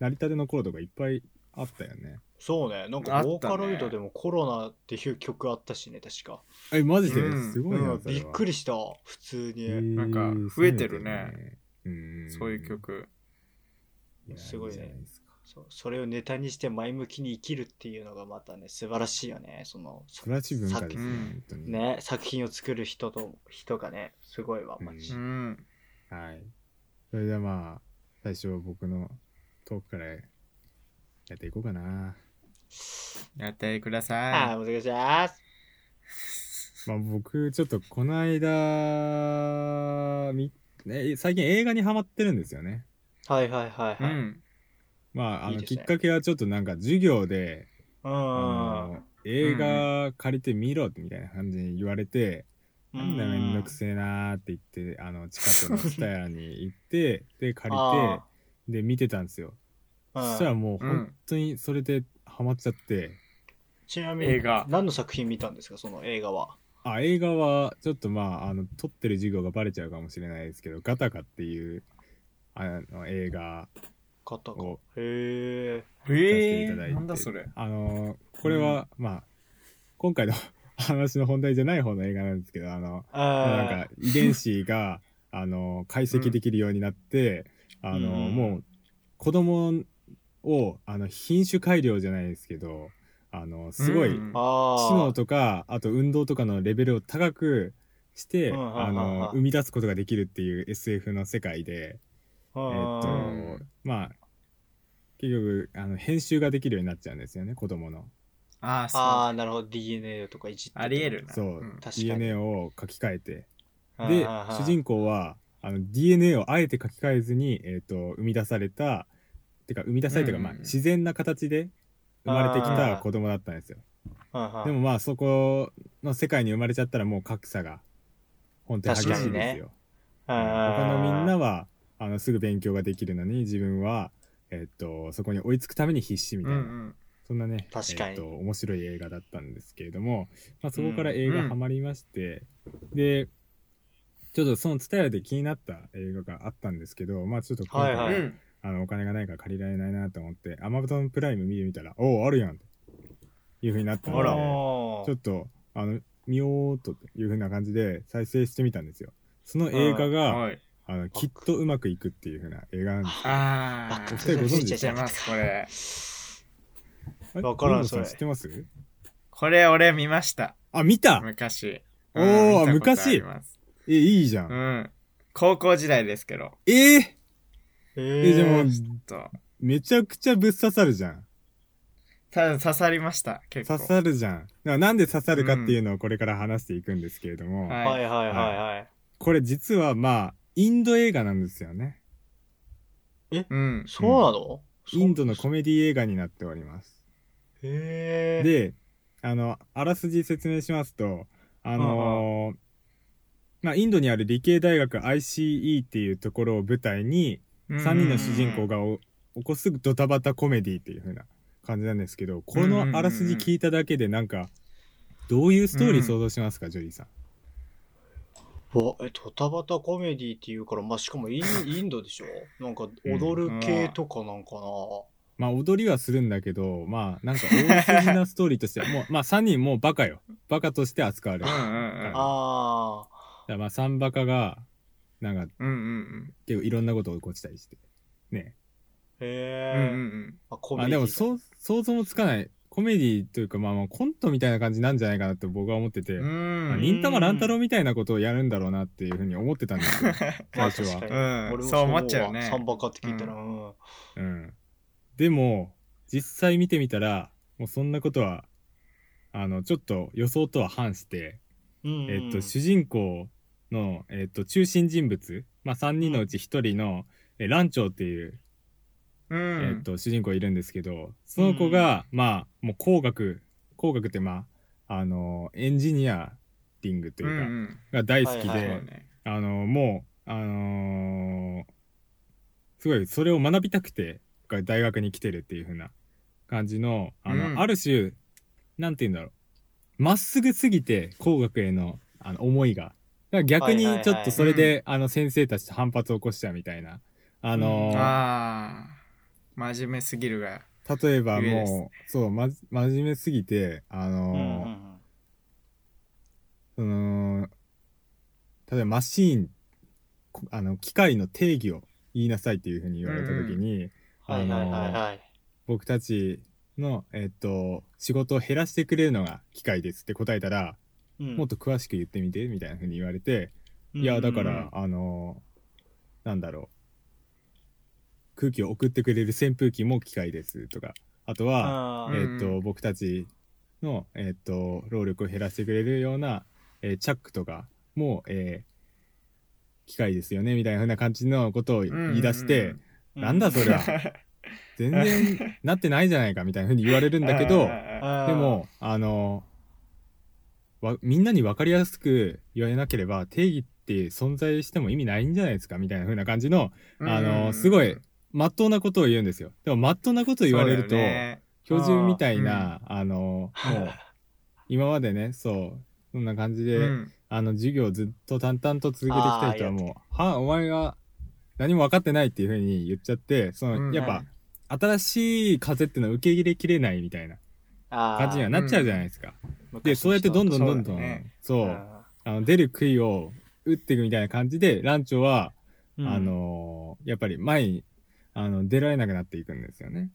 Speaker 1: なりたての頃とかいっぱいあったよね
Speaker 3: そうね、なん
Speaker 2: あったね
Speaker 3: かボーカロイドでもコロナっていう曲あったしね、確か。
Speaker 1: えマジで、
Speaker 2: うん
Speaker 1: すごい
Speaker 3: うん
Speaker 1: な、それ
Speaker 3: び
Speaker 1: は
Speaker 3: っくりした、普通に。
Speaker 2: なんか増えてるね
Speaker 1: えー
Speaker 2: そういう曲。
Speaker 1: や
Speaker 3: すごいね
Speaker 1: じゃなですか
Speaker 3: そうそれをネタにして前向きに生きるっていうのがまたね、素晴らしいよね。その、
Speaker 1: 素晴らしい文化ですね、
Speaker 2: うん
Speaker 1: 本当に
Speaker 3: ね、作品を作る人と、人がね、すごいわ、マジ
Speaker 2: う
Speaker 1: う。
Speaker 2: ん。
Speaker 1: はいそれではまあ最初僕のトークからやっていこうかな
Speaker 2: やってくだ
Speaker 3: ああ、
Speaker 2: さ
Speaker 3: お願いします。
Speaker 1: まあ僕ちょっとこの間みね、最近映画にハマってるんですよね。
Speaker 3: はいはいはいはい。
Speaker 2: ん。
Speaker 1: まあ、あ
Speaker 3: いい
Speaker 1: の、
Speaker 3: です
Speaker 1: き
Speaker 3: ね
Speaker 1: っかけはちょっとなんか授業で、
Speaker 3: う
Speaker 1: あ
Speaker 3: ん
Speaker 1: の。映画借りてみろみたいな感じに言われて、なんだよめんどくせえなーって言って、あの、近くのツタヤに行って、で、借り
Speaker 3: あ
Speaker 1: て、で、見てたんですよ。そ
Speaker 3: ー
Speaker 1: したら
Speaker 3: うん
Speaker 1: もう本当にそれでハマっちゃって、
Speaker 3: ちなみに
Speaker 2: 映画
Speaker 3: 何の作品見たんですかその映画は。
Speaker 1: あ、映画はちょっとまあ、あの、撮ってる授業がバレちゃうかもしれないですけど、ガタカっていう、あの、映画
Speaker 3: 買ったか
Speaker 1: を。
Speaker 3: へ
Speaker 2: ええ
Speaker 3: え。
Speaker 1: させていただいて
Speaker 2: なんだそれ。
Speaker 1: あのーこれは、まあ今回の [laughs] 話の本題じゃない方の映画なんですけどあのなん
Speaker 3: あ
Speaker 1: か遺伝子があのー解析できるようになって、あのー
Speaker 3: うん
Speaker 1: もう子供をあの品種改良じゃないですけどあのすごい
Speaker 2: うん
Speaker 3: あ。
Speaker 1: 知能
Speaker 3: あ
Speaker 1: とかあと運動とかのレベルを高くして、
Speaker 3: うん
Speaker 1: あ
Speaker 3: はいはい
Speaker 1: の
Speaker 3: はい
Speaker 1: 生み出すことができるっていう SF の世界で。
Speaker 3: あ。
Speaker 1: えっと
Speaker 3: うん
Speaker 1: まあ結局あの編集ができるようになっちゃうんですよね子供の
Speaker 2: ああ、そう
Speaker 3: あ
Speaker 2: だ。
Speaker 3: あ、なるほど。DNA とかいじって。
Speaker 2: ありえる。な。
Speaker 1: そうん
Speaker 3: 確かに。
Speaker 1: DNA を書き換えて
Speaker 3: うん
Speaker 1: で
Speaker 3: うんうん
Speaker 1: 主人公はあの DNA をあえて書き換えずに、えっと生み出されたてか生み出されたというか、
Speaker 2: うんうん
Speaker 1: まあ、自然な形で生まれてきた子供だったんですよ
Speaker 3: うんうん
Speaker 1: でもまあそこの世界に生まれちゃったらもう格差が本当に激しいんです
Speaker 3: 確
Speaker 1: よ、
Speaker 3: かにねうん
Speaker 1: 他のみんなはあのすぐ勉強ができるのに自分は、えっとそこに追いつくために必死み
Speaker 2: う
Speaker 1: た
Speaker 2: ん
Speaker 1: いうな、
Speaker 2: ん。
Speaker 1: そんなね
Speaker 3: 確かに
Speaker 1: えっと面白い映画だったんですけれども、まあ、そこから映画ハマりまして、でちょっとその蔦屋で気になった映画があったんですけどまあちょっと今回、
Speaker 3: は
Speaker 2: う
Speaker 3: い
Speaker 2: ん。
Speaker 1: あのお金がないから借りられないなと思ってアマゾンプライム見てみたらおおあるやんというふうになったの
Speaker 2: あ
Speaker 1: で
Speaker 2: ら
Speaker 1: ちょっとあの見ようというふうな感じで再生してみたんですよその映画が、
Speaker 2: はい。
Speaker 1: あのきっとうまくいくっていうふうな映画なんです
Speaker 2: あ
Speaker 3: バッ
Speaker 2: あ
Speaker 3: ク。
Speaker 1: お二人ご存知で
Speaker 2: 知
Speaker 1: す
Speaker 2: ってます、これ。
Speaker 1: あれ
Speaker 3: わからん
Speaker 1: 海野さ
Speaker 3: それ
Speaker 1: 知ってます
Speaker 2: これ、俺見ました。
Speaker 1: あ見た
Speaker 2: 昔。
Speaker 1: おー
Speaker 2: うん見たことあります
Speaker 1: えいいじゃん、
Speaker 2: うん。高校時代ですけど。
Speaker 1: えー、
Speaker 3: え
Speaker 1: えでも
Speaker 3: ー、
Speaker 2: と
Speaker 1: めちゃくちゃぶっ刺さるじゃん
Speaker 2: ただ刺さりました、結構。
Speaker 1: 刺さるじゃんだからなんで刺さるかっていうのをこれから話していくんですけれども、
Speaker 2: はい
Speaker 3: はいはいはいはい。
Speaker 1: これ実はまあインド映画なんですよね
Speaker 2: うん。
Speaker 3: そうなの
Speaker 1: インドのコメディ映画になっております
Speaker 3: へえ。
Speaker 1: [laughs] であのあらすじ説明しますとあのーまあ、インドにある理系大学 ICE っていうところを舞台に3人の主人公がお起こすドタバタコメディっていう風な感じなんですけどこのあらすじ聞いただけでなんかどういうストーリー想像しますか、ジョリーさん
Speaker 3: わえ、ドタバタコメディっていうから、まあ、しか
Speaker 1: [laughs]
Speaker 3: もインインドでしょなんか踊る系とかなんかな。
Speaker 1: まあ踊りはするんだけどまあなんか大筋なストーリーとして [laughs] もうまあ3人もうバカよバカとして扱われる
Speaker 2: う
Speaker 1: だか
Speaker 2: んうんうん。
Speaker 3: あ
Speaker 1: らまあ3バカがなんか
Speaker 2: うんうん
Speaker 1: 結構いろんなことを起こしたりしてね
Speaker 2: うん。
Speaker 3: ー。へ
Speaker 2: うん
Speaker 3: え、
Speaker 2: うん
Speaker 3: まあ、コ
Speaker 1: ま
Speaker 3: メ
Speaker 1: あ
Speaker 3: ディ
Speaker 1: でもそう想像もつかないコメディというかまあまあコントみたいな感じなんじゃないかなと僕は思ってて、
Speaker 2: うん。
Speaker 1: ま
Speaker 2: う
Speaker 1: あ
Speaker 2: ん。
Speaker 1: 忍たま乱太郎みたいなことをやるんだろうなっていうふうに思ってたんですよ最初は
Speaker 3: まあ確かに
Speaker 2: うん
Speaker 3: 俺も
Speaker 2: そう思っちゃうよね
Speaker 3: サンバカって聞いたら、うん。
Speaker 1: うん、でも実際見てみたらもうそんなことはあのちょっと予想とは反して、
Speaker 3: うん
Speaker 1: えっと、主人公の、えっと、中心人物、まあ、3人のうち1人の、えランチョウっていう、
Speaker 2: うん。
Speaker 1: えっと、主人公いるんですけどその子が、まあもう工学工学ってまああのエンジニアリングといううんか、
Speaker 2: うん。
Speaker 1: が大好きで、
Speaker 3: はいはい
Speaker 2: そ
Speaker 3: は
Speaker 2: うね。
Speaker 1: あのもうあのーすごいそれを学びたくて大学に来てるっていう風な感じのあの、
Speaker 2: うん
Speaker 1: ある種なんて言うんだろうまっすぐすぎて工学へのあの思いがだから逆に
Speaker 3: はいはいはい
Speaker 1: ちょっとそれで、あの先生たちと反発を起こしちゃうみたいなあのー
Speaker 2: ああ。真面目すぎるが。
Speaker 1: 例えば
Speaker 2: ゆえですね
Speaker 1: もうそう、まじ、真面目すぎてあの
Speaker 3: うんう
Speaker 1: ー
Speaker 3: ん
Speaker 1: その例えばマシーンこあの機械の定義を言いなさいっていうふうに言われた時に、
Speaker 3: うん、はいはいはいはい。
Speaker 1: 僕たちの、えっと仕事を減らしてくれるのが機械ですって答えたら、
Speaker 3: うん
Speaker 1: もっと詳しく言ってみてみたいなふうに言われて、いやだから、あのなんだろう空気を送ってくれる扇風機も機械ですとかあとは、
Speaker 3: あ
Speaker 1: え
Speaker 3: ー
Speaker 1: ーっと、
Speaker 2: うんうん
Speaker 1: 僕たちの、えーっと労力を減らしてくれるような、えーチャックとかも、え機械ですよねみたいな風な感じのことを言い出して、
Speaker 2: うんうん
Speaker 1: なんだそ
Speaker 2: [laughs]
Speaker 1: りゃ全然なってないじゃないかみたいな風に言われるんだけ
Speaker 2: [laughs]
Speaker 1: どで
Speaker 3: [laughs]
Speaker 1: もあのわみんなに分かりやすく言われなければ定義って存在しても意味ないんじゃないですかみたいな風な感じのあのすごいまっとうなことを言うんですよ。でもまっとうなことを言われると、標準みたいなあ,、のもう今までねそうそんな感じで、あの授業をずっと淡々と続けてきた人はもう「はあお前が何も分かってない」っていうふうに言っちゃってその、
Speaker 2: うん
Speaker 1: やっぱ新しい風っていうのは受け入れきれないみたいな感じにはなっちゃうじゃないですか。でそうやってどんどんどんどんそ
Speaker 2: そう
Speaker 1: う,、
Speaker 2: だね
Speaker 1: あの出る杭を打っていくみたいな感じでランチョは、
Speaker 3: うん
Speaker 1: あのやっぱり前にあの出られなくなっていくんですよね。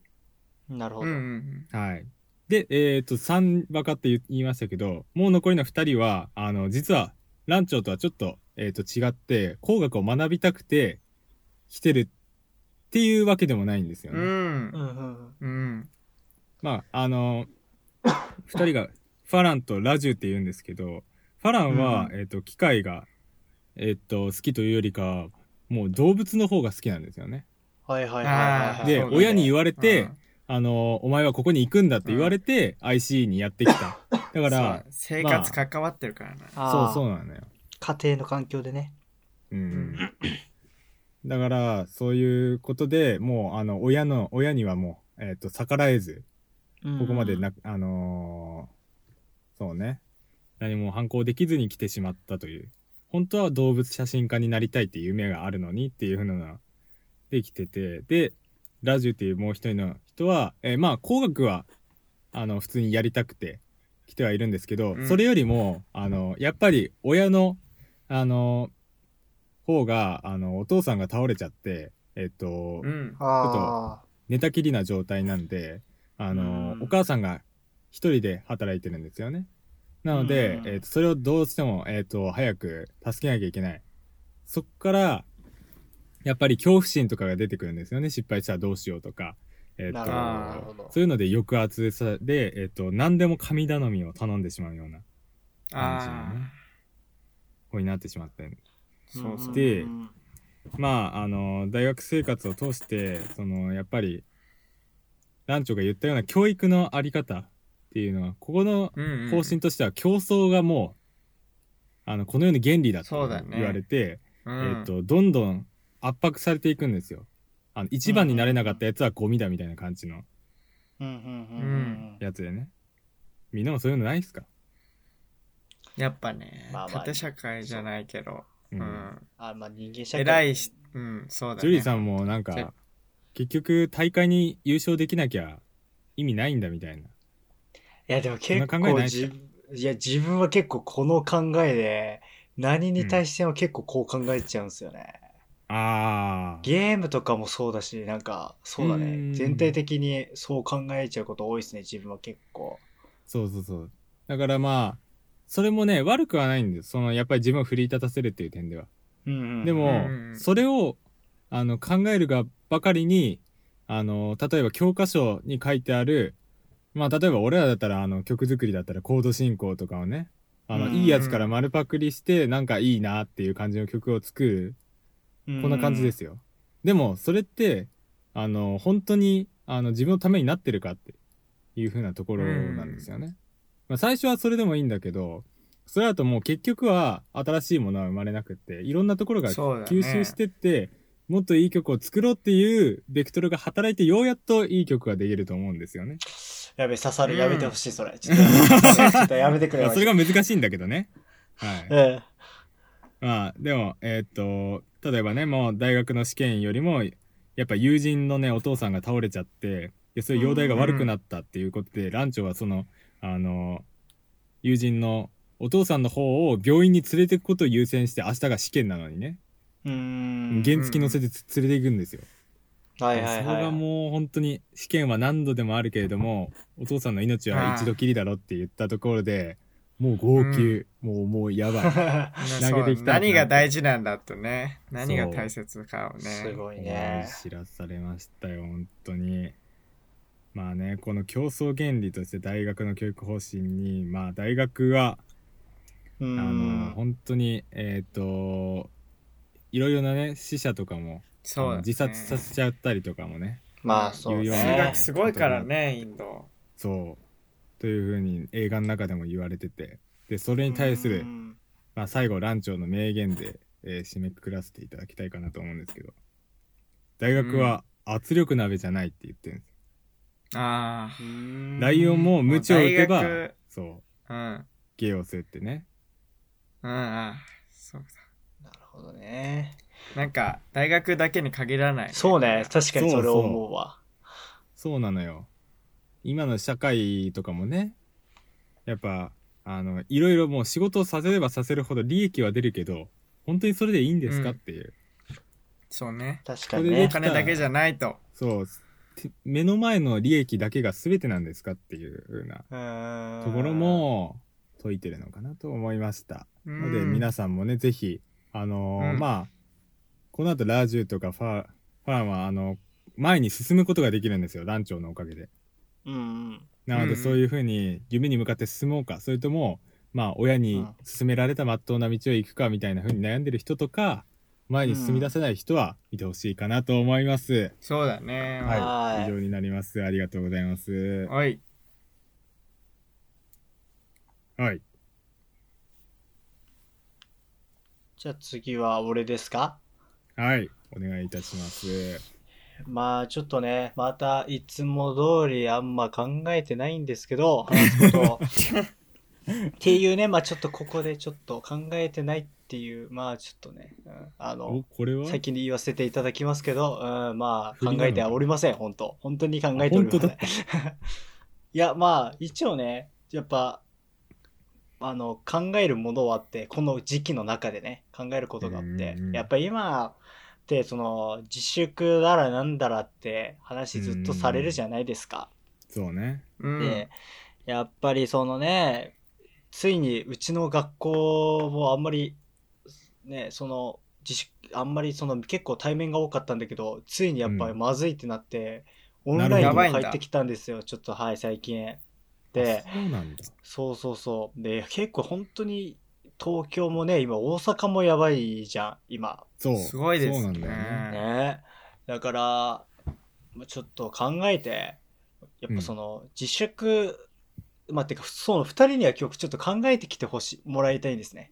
Speaker 3: なるほ
Speaker 2: う
Speaker 3: ど、
Speaker 2: ん
Speaker 1: はい。で、えっ、と、3バカって言言いましたけど、もう残りの2人は、あの、実は、ランチョウとはちょっと、えっ、と、違って、工学を学びたくて、来てるっていうわけでもないんですよ
Speaker 2: う
Speaker 1: ね。
Speaker 2: ん
Speaker 3: うんうん
Speaker 2: うん
Speaker 1: まあ、あの、2人が、ファランとラジュって言うんですけど、ファランは、
Speaker 2: う
Speaker 1: えっ、と、機械が、えっ、と、好きというよりか、もう動物の方が好きなんですよね。
Speaker 3: はいはいはいはいはい
Speaker 2: あー
Speaker 1: で、
Speaker 2: そうだね
Speaker 1: 親に言われて、
Speaker 2: うん
Speaker 1: あの、お前はここに行くんだって言われて、IC にやってきた。だから、
Speaker 2: そう生活関わってるからな、
Speaker 1: そ
Speaker 3: あ
Speaker 1: う
Speaker 3: ー
Speaker 1: そうなのよ。
Speaker 3: 家庭の環境でね
Speaker 1: うん。だから、そういうことでもう、あの、親の、親にはもう、えっ、と、逆らえず、ここまでな、あのーそうね。何も反抗できずに来てしまったという。本当は動物写真家になりたいっていう夢があるのにっていうふうなのができてて、で、ラジュっていうもう一人の人は、えーまあ工学はあの普通にやりたくて来てはいるんですけど、
Speaker 2: うん
Speaker 1: それよりもあのやっぱり親のあの方があのお父さんが倒れちゃってえっと、
Speaker 2: うん
Speaker 3: あ
Speaker 1: 寝たきりな状態なんであの、
Speaker 3: うん
Speaker 1: お母さんが一人で働いてるんですよねなので、
Speaker 3: うん
Speaker 1: えっとそれをどうしても、えっと早く助けなきゃいけないそっからやっぱり恐怖心とかが出てくるんですよね失敗したらどうしようとか、えっ
Speaker 3: なる
Speaker 1: と
Speaker 3: ほど
Speaker 2: あー
Speaker 3: なるほど
Speaker 1: そういうので抑圧さで、えっと何でも神頼みを頼んでしまうような感じのね
Speaker 2: あ
Speaker 1: 子になってしまって
Speaker 2: そうそう
Speaker 1: で
Speaker 3: うん
Speaker 1: まああの大学生活を通してそのやっぱり団長が言ったような教育のあり方っていうのはここの
Speaker 2: うんうん
Speaker 1: 方針としては競争がもう、あのこの世の原理だ
Speaker 2: そ
Speaker 1: と
Speaker 2: うだね
Speaker 1: 言われて、
Speaker 2: うん
Speaker 1: えっとどんどん圧迫されていくんですよ。あの一番になれなかったやつはゴミだみたいな感じの
Speaker 3: うんうんうんうん
Speaker 1: やつでね。みんなもそういうのないっすか、
Speaker 2: やっぱね、
Speaker 3: まあまあ
Speaker 2: 縦社会じゃないけど、
Speaker 1: う
Speaker 2: うんん、
Speaker 3: あまあ人間社会
Speaker 2: 偉いし、うん、そうだね。
Speaker 1: ジュリーさんもなん
Speaker 2: そう
Speaker 1: か結局大会に優勝できなきゃ意味ないんだみたいな。
Speaker 3: いやでも
Speaker 1: ん
Speaker 3: 結
Speaker 1: な考え
Speaker 3: 構
Speaker 1: ないっす
Speaker 3: 自分いや自分は結構この考えで何に対しても結構こう考えちゃうんですよね、
Speaker 1: あー。
Speaker 3: ゲームとかもそうだしなんかそうだ
Speaker 1: う
Speaker 3: ね
Speaker 1: ん
Speaker 3: 全体的にそう考えちゃうこと多いですね自分は結構
Speaker 1: そうそうそう。だからまあ、それもね、悪くはないんです。その、やっぱり自分を振り立たせるっていう点では。
Speaker 3: うんうんうん
Speaker 1: でも
Speaker 2: うんうん、
Speaker 1: それを、あの、考えるがばかりに、あの、例えば教科書に書いてある、まあ、例えば俺らだったら、あの、曲作りだったらコード進行とかをね、あの、
Speaker 3: うん
Speaker 1: いいやつから丸パクリして、なんかいいなっていう感じの曲を作る。こんな感じですよ。でも、それって、あの、本当に、あの、自分のためになってるかっていう風なところなんですよね。まあ、最初はそれでもいいんだけど、それだともう結局は新しいものは生まれなくって、いろんなところが
Speaker 2: そうだね
Speaker 1: 吸収してって、もっといい曲を作ろうっていうベクトルが働いて、ようやっといい曲ができると思うんですよね。
Speaker 3: やべ刺さる
Speaker 2: うん
Speaker 3: やめてほしいそれちょっとやめてちょっとやめてくれ
Speaker 1: まあ
Speaker 3: マ
Speaker 1: [laughs] そ
Speaker 3: ジ
Speaker 1: れ
Speaker 3: で
Speaker 1: が難しいんだけどね。はい。
Speaker 3: え
Speaker 1: まあでもえーっと例えばねもう大学の試験よりもやっぱ友人のねお父さんが倒れちゃってでそういう容体が悪くなったっていうことで、ランチョはそのあの友人のお父さんの方を病院に連れていくことを優先して明日が試験なのにね、
Speaker 3: え [laughs] うーん
Speaker 1: 原付き乗せてつ連れていくんですよ、
Speaker 3: はいはい
Speaker 1: そ
Speaker 3: は
Speaker 1: れ
Speaker 3: い
Speaker 1: がもう本当に試験は何度でもあるけれどもお父さんの命は一度きりだろって言ったところでもう号泣、もうもうや
Speaker 3: [laughs]
Speaker 1: ばい
Speaker 2: ね
Speaker 1: 投げてきたんだ
Speaker 2: そう何が大事なんだとね、何が大切かを
Speaker 3: す
Speaker 2: ね。
Speaker 3: ごい
Speaker 1: 思い
Speaker 3: ね
Speaker 1: 知らされましたよ本当にまあねこの競争原理として大学の教育方針にまあ大学は
Speaker 3: う
Speaker 1: あ
Speaker 3: ん
Speaker 1: の本当にえっ、といろいろなね死者とかも、
Speaker 2: そうだ、
Speaker 1: あの
Speaker 2: ね、
Speaker 1: 自殺させちゃったりとかもね
Speaker 3: まあそう
Speaker 1: 言うよう
Speaker 2: 数
Speaker 1: に
Speaker 2: 学すごいからねインド
Speaker 1: そうというふうに映画の中でも言われててでそれに対する、
Speaker 3: うん
Speaker 1: まあ、最後蘭長の名言で、えー締めくくらせていただきたいかなと思うんですけど大学は圧力鍋じゃないって言ってるんです、
Speaker 2: あ
Speaker 1: ライオンも鞭を打てば
Speaker 2: もう大学
Speaker 1: そう
Speaker 2: あうん
Speaker 1: 芸をするってね
Speaker 2: うんあそう
Speaker 3: なるほどね
Speaker 2: だなんか大学だけに限らない、
Speaker 3: そうね確かにそれ思うわ
Speaker 1: そうなのよ今の社会とかもねやっぱあのいろいろもう仕事をさせればさせるほど利益は出るけど本当にそれでいいんですか
Speaker 2: う
Speaker 1: っ
Speaker 2: ん
Speaker 1: ていう、
Speaker 2: そうね
Speaker 3: 確かに
Speaker 1: それ
Speaker 2: お
Speaker 3: ね
Speaker 1: で
Speaker 2: 金だけじゃないと
Speaker 1: そうて目の前の利益だけが全てなんですかっていう風な
Speaker 3: うーん
Speaker 1: ところも解いてるのかなと思いました
Speaker 2: う
Speaker 1: ので
Speaker 2: ん
Speaker 1: 皆さんもねぜひあのー
Speaker 2: うん
Speaker 1: まあこの後ラージュとかファファンはあの前に進むことができるんですよ団長のおかげで
Speaker 3: うんうん
Speaker 1: なの
Speaker 2: うんう
Speaker 1: で
Speaker 2: ん
Speaker 1: そういうふうに夢に向かって進もうか、それともまあ親に勧められたまっとうな道を行くかみたいなふうに悩んでる人とか前に進み出せない人は見てほしいかなと思います、
Speaker 2: そうだね
Speaker 1: はい
Speaker 3: はい
Speaker 1: 以上になりますありがとうございます
Speaker 2: おい
Speaker 1: はい
Speaker 3: じゃあ次は俺ですか
Speaker 1: はいお願いいたします
Speaker 3: まあちょっとねまたいつも通りあんま考えてないんですけど話すことをっていうねまあちょっとここでちょっと考えてないっていうまあちょっとね、うんあの
Speaker 1: おこれは
Speaker 3: 最近で言わせていただきますけど、うん、まあ
Speaker 1: 振
Speaker 3: 考
Speaker 1: りなの
Speaker 3: えてはおりません本当本当に考えておりません、
Speaker 1: 本
Speaker 3: [laughs] いやまあ一応ねやっぱあの考えるものはあってこの時期の中でね考えることがあって
Speaker 1: うんうん
Speaker 3: やっぱ今ってその自粛だらなんだらって話ずっとされるじゃないですか、
Speaker 1: そうね
Speaker 2: うん
Speaker 3: でやっぱりそのねついにうちの学校もあんまりねその自粛あんまりその結構対面が多かったんだけどついにやっぱりまずいってなって、オンライン
Speaker 1: な
Speaker 3: に
Speaker 1: るほど
Speaker 3: も入ってきたんですよちょっとはい最近で
Speaker 1: そうなんだ
Speaker 3: そうそうそうで結構本当に東京もね今大阪もやばいじゃん今
Speaker 1: そう
Speaker 2: すごいですね
Speaker 1: そうなんだよね
Speaker 3: ねだからまあちょっと考えてやっぱその自粛、まあてかその2人には今日ちょっと考えてきてほしいもらいたいんですね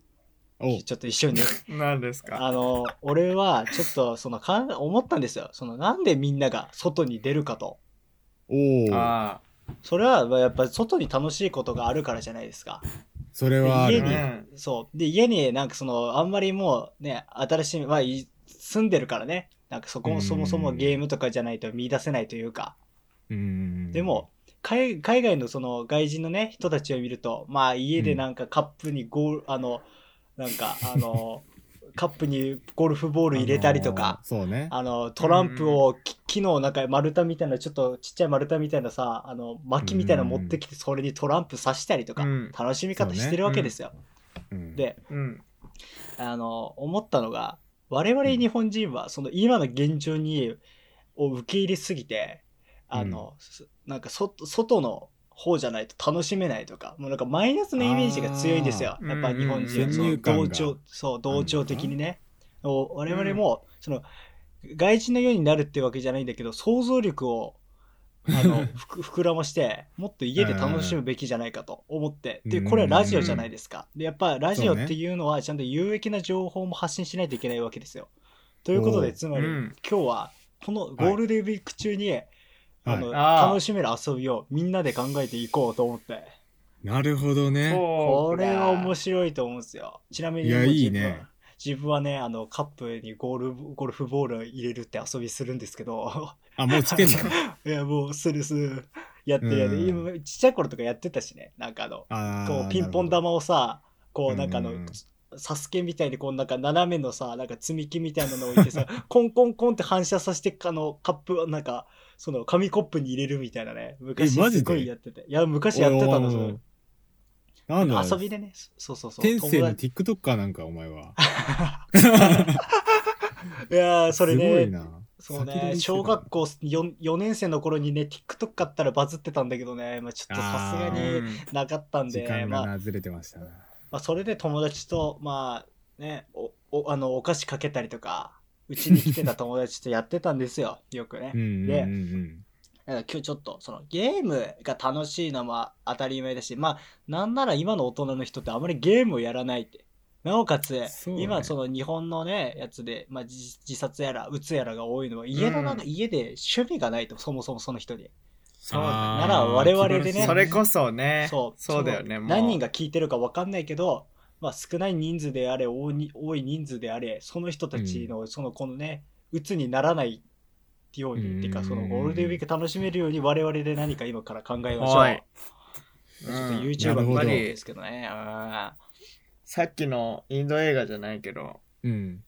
Speaker 1: お
Speaker 3: ちょっと一
Speaker 1: [laughs]
Speaker 3: 緒に
Speaker 2: 何ですか
Speaker 3: あの俺はちょっとそのかん思ったんですよそのなんでみんなが外に出るかと
Speaker 1: おお
Speaker 2: あ
Speaker 3: それはまあやっぱ外に楽しいことがあるからじゃないですか
Speaker 1: それはあ
Speaker 2: あ
Speaker 1: る
Speaker 3: 家に
Speaker 1: ね
Speaker 2: ね
Speaker 3: そうで家になんかそのあんまりもうね新しい、まあ、い住んでるからねなんかそこ
Speaker 1: うん
Speaker 3: もそもそもゲームとかじゃないと見出せないというか
Speaker 1: うん
Speaker 3: でも海海外のその外人のね人たちを見るとまあ家でなんかカップにゴール、あのなんかあのカップにゴルフボール入れたりとか、
Speaker 1: あのーそうね
Speaker 3: あのトランプをき木のなんか丸太みたいなちょっとちっちゃい丸太みたいなさあの薪みたいなの持ってきてそれにトランプ刺したりとか、
Speaker 2: うん
Speaker 3: 楽しみ方してるわけですよ。
Speaker 1: うん
Speaker 3: で
Speaker 2: うん
Speaker 3: あの思ったのが我々日本人はその今の現状にを受け入れすぎてあの、すなんかそ外の方じゃないと楽しめないとかもうなんかマイナスのイメージが強いんですよ
Speaker 2: あー
Speaker 3: やっぱ日
Speaker 1: うんうんう
Speaker 3: 本人は
Speaker 1: ん
Speaker 3: そ
Speaker 1: 先
Speaker 3: の
Speaker 1: 入観が
Speaker 3: 同調そう同調的にねお我々もその外人のようになるってわけじゃないんだけど想像力を
Speaker 1: [laughs]
Speaker 3: あのふく膨らましてもっと家で楽しむべきじゃないかと思ってでこれはラジオじゃないですかでやっぱラジオっていうのはちゃんと有益な情報も発信しないといけないわけですよということ
Speaker 1: お
Speaker 3: で
Speaker 1: う
Speaker 3: つ
Speaker 2: う
Speaker 3: まり
Speaker 2: ん
Speaker 3: 今日はこのゴールデンウィーク中に、あの
Speaker 2: あー
Speaker 3: 楽しめる遊びをみんなで考えていこうと思って
Speaker 1: なるほどね
Speaker 3: これは面
Speaker 2: 白
Speaker 3: 白いと思うんですよちなみに
Speaker 1: いや
Speaker 3: もう
Speaker 1: いい
Speaker 3: 自分
Speaker 1: ね
Speaker 3: 自分はねあのカップにゴールゴルフボールを入れるって遊びするんですけど [laughs]
Speaker 1: あもうつけんだね
Speaker 3: いやもうスルスルやってやる、
Speaker 1: うん
Speaker 3: 今ちっちゃい頃とかやってたしねなんかあの
Speaker 1: あ
Speaker 3: こ
Speaker 1: ー
Speaker 3: うピンポン
Speaker 1: なる
Speaker 3: 玉をさこうなんかあの、
Speaker 1: うん
Speaker 3: サスケみたいにこうなんか斜めのさなんか積み木みたいなのを置いて
Speaker 1: [laughs]
Speaker 3: さコンコンコンって反射させてあのカップなんかその紙コップに入れるみたいなね昔
Speaker 1: えマジです
Speaker 3: ごいやってていや
Speaker 1: ほ
Speaker 3: 昔やっ
Speaker 1: ど
Speaker 3: てたの
Speaker 1: お
Speaker 3: そ
Speaker 1: ー
Speaker 3: う
Speaker 1: なんだろう
Speaker 3: 遊びでねそそうそうそう
Speaker 1: 天性
Speaker 3: 友
Speaker 1: の
Speaker 3: 達
Speaker 1: TikToker なんかお前は
Speaker 3: いやーそれ
Speaker 1: すごい
Speaker 3: ね
Speaker 1: な
Speaker 3: そう
Speaker 1: 先取
Speaker 3: ね
Speaker 1: りしてた
Speaker 3: 小学校 4, 4年生の頃にね TikTok 買ったらバズってたんだけどね、まあ、ちょっとさすが
Speaker 1: あ
Speaker 3: になかったん
Speaker 1: 時
Speaker 3: で
Speaker 1: 間
Speaker 3: まあ
Speaker 1: がなずれてましたな
Speaker 3: まあ、それで友達とまあねおおあのお菓子かけたりとかうちに来てた友達とやってたんで
Speaker 1: [laughs]
Speaker 3: すよよくね。
Speaker 1: うんうんうんうん
Speaker 3: だから今日ちょっとそのゲームが楽しいのも当たり前だしまあなんなら今の大人の人ってあまりゲームをやらないってなおかつ
Speaker 1: そうね
Speaker 3: 今その日本のねやつで、まあ、自自殺やらうつやらが多いのは家の中、
Speaker 2: うん
Speaker 3: 家で趣味がないとそもそもその人に
Speaker 2: そうだ
Speaker 1: あ
Speaker 3: なら
Speaker 1: ー
Speaker 3: 我々で
Speaker 1: 素
Speaker 3: ね
Speaker 1: 晴らしい
Speaker 2: それこそね。
Speaker 3: そう
Speaker 2: そうだよね。
Speaker 3: その
Speaker 2: もう
Speaker 3: 何人が聞いてるか分かんないけど、まあ、少ない人数であれ多いに多い人数であれその人たちのそのこのね鬱にならないように、っていう
Speaker 1: う
Speaker 3: か
Speaker 1: ん
Speaker 3: そのゴールデンウィーク楽しめるように我々で何か今から考えましょう、
Speaker 2: はい
Speaker 3: ちょっと
Speaker 2: うん
Speaker 3: YouTuber
Speaker 1: なるほ
Speaker 3: ば
Speaker 1: ど
Speaker 3: りですけどねうん
Speaker 2: さっきのインド映画じゃないけど、
Speaker 1: うん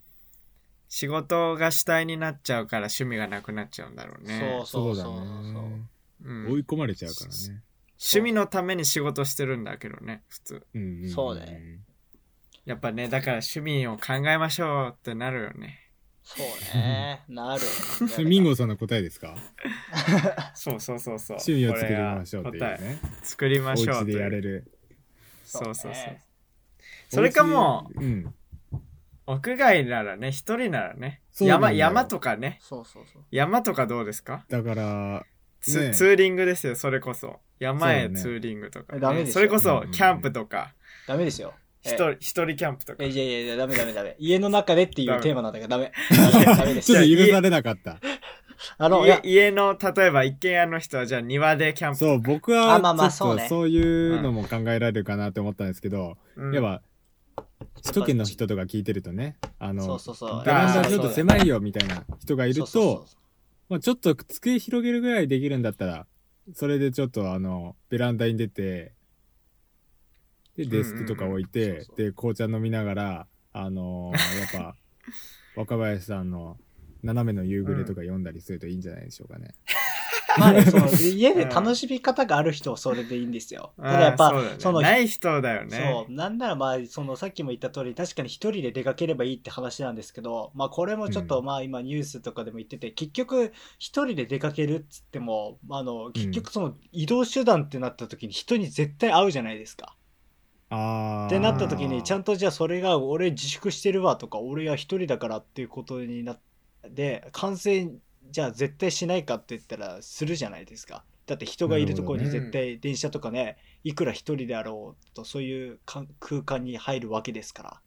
Speaker 2: 仕事が主体になっちゃうから趣味がなくなっちゃうんだろうね。
Speaker 3: そうそう
Speaker 1: だ
Speaker 3: そうそう
Speaker 1: ね
Speaker 2: うん
Speaker 1: 追い込まれちゃうからね
Speaker 2: 趣味のために仕事してるんだけどね、普通。
Speaker 1: うんんん
Speaker 3: そうだね
Speaker 2: やっぱね、だから趣味を考えましょうってなるよね。
Speaker 3: そうねなる
Speaker 1: それミンゴさんの答えですか
Speaker 2: そうそうそうそう。
Speaker 1: 趣味を作りましょうって
Speaker 2: こ
Speaker 1: い
Speaker 2: れ
Speaker 1: う
Speaker 2: が答え。
Speaker 1: ね
Speaker 2: 作りましょ
Speaker 1: お
Speaker 2: う
Speaker 1: 家
Speaker 2: とい
Speaker 1: で
Speaker 2: う
Speaker 1: やれる
Speaker 2: そうそうそう。そ
Speaker 1: そ
Speaker 2: れかも
Speaker 1: う、うん、
Speaker 2: う、屋外ならね、一人ならね、
Speaker 1: そうなんだ
Speaker 2: 山、
Speaker 1: よ
Speaker 2: 山とかね、
Speaker 3: そうそうそう
Speaker 2: 山とかどうですか
Speaker 1: だから
Speaker 2: ツ,、
Speaker 1: ねえ
Speaker 2: ツーリングですよ、それこそ。山
Speaker 1: そう
Speaker 2: へ
Speaker 1: だね
Speaker 2: ツーリングとか、
Speaker 3: えダメでしょ
Speaker 2: それこ
Speaker 1: うん
Speaker 2: そ
Speaker 1: うんうん
Speaker 2: キャンプとか、
Speaker 3: ダメですよ
Speaker 2: 一人、一人キャンプとか
Speaker 3: え。いやいやいやダメダメダメ家の中でってい
Speaker 2: ダ
Speaker 3: う
Speaker 2: メ
Speaker 3: テーマなんだけどダメダメダメです
Speaker 1: ちょっと許されなかった
Speaker 3: あのい
Speaker 2: 家
Speaker 3: や
Speaker 2: 家の、例えば一軒家の人は、じゃあ庭でキャンプ。
Speaker 1: そう僕
Speaker 3: あ
Speaker 1: は
Speaker 3: まあまあ
Speaker 1: ちょ
Speaker 3: そう
Speaker 1: っ
Speaker 3: ね
Speaker 1: とそういうのも考えられるかなって思ったんですけど、
Speaker 2: うん
Speaker 1: やっぱ首都圏の人とか聞いてるとねあの
Speaker 3: そうそうそう
Speaker 1: ベランダちょっと狭いよみたいな人がいる
Speaker 3: そうそうそう
Speaker 1: とまあちょっと机広げるぐらいできるんだったらそれでちょっとあのベランダに出てでデスクとか置いて、
Speaker 3: うんうんうんそうそう
Speaker 1: で紅茶飲みながらあのー
Speaker 3: [laughs]
Speaker 1: やっぱ若林さんの斜めの夕暮れとか読んだりするといいんじゃないでしょうかね。
Speaker 3: まあね、その家で楽しみ方がある人はそれでいいんですよ。ただやっぱ、
Speaker 2: あー
Speaker 3: そ,、
Speaker 2: うだね
Speaker 3: の、
Speaker 2: ない人だよね
Speaker 3: そ。う、なんならまあ、そのさっきも言った通り、確かに一人で出かければいいって話なんですけど、まあこれもちょっと、
Speaker 1: うん
Speaker 3: まあ今ニュースとかでも言ってて、結局一人で出かけるっつっても、あの、結局その移動手段ってなった時に人に絶対会うじゃないですか。
Speaker 1: あー
Speaker 3: ってなった時にちゃ
Speaker 1: ん
Speaker 3: んとじゃあそれが俺自粛してるわとか俺は一人だからっていうことになって感染じゃあ絶対しないかって言ったらするじゃないですかだって人がいるところに
Speaker 2: なるほ
Speaker 3: 絶
Speaker 2: どね
Speaker 3: 対電車とかねいくら一人であろうとそういうか空間に入るわけですから、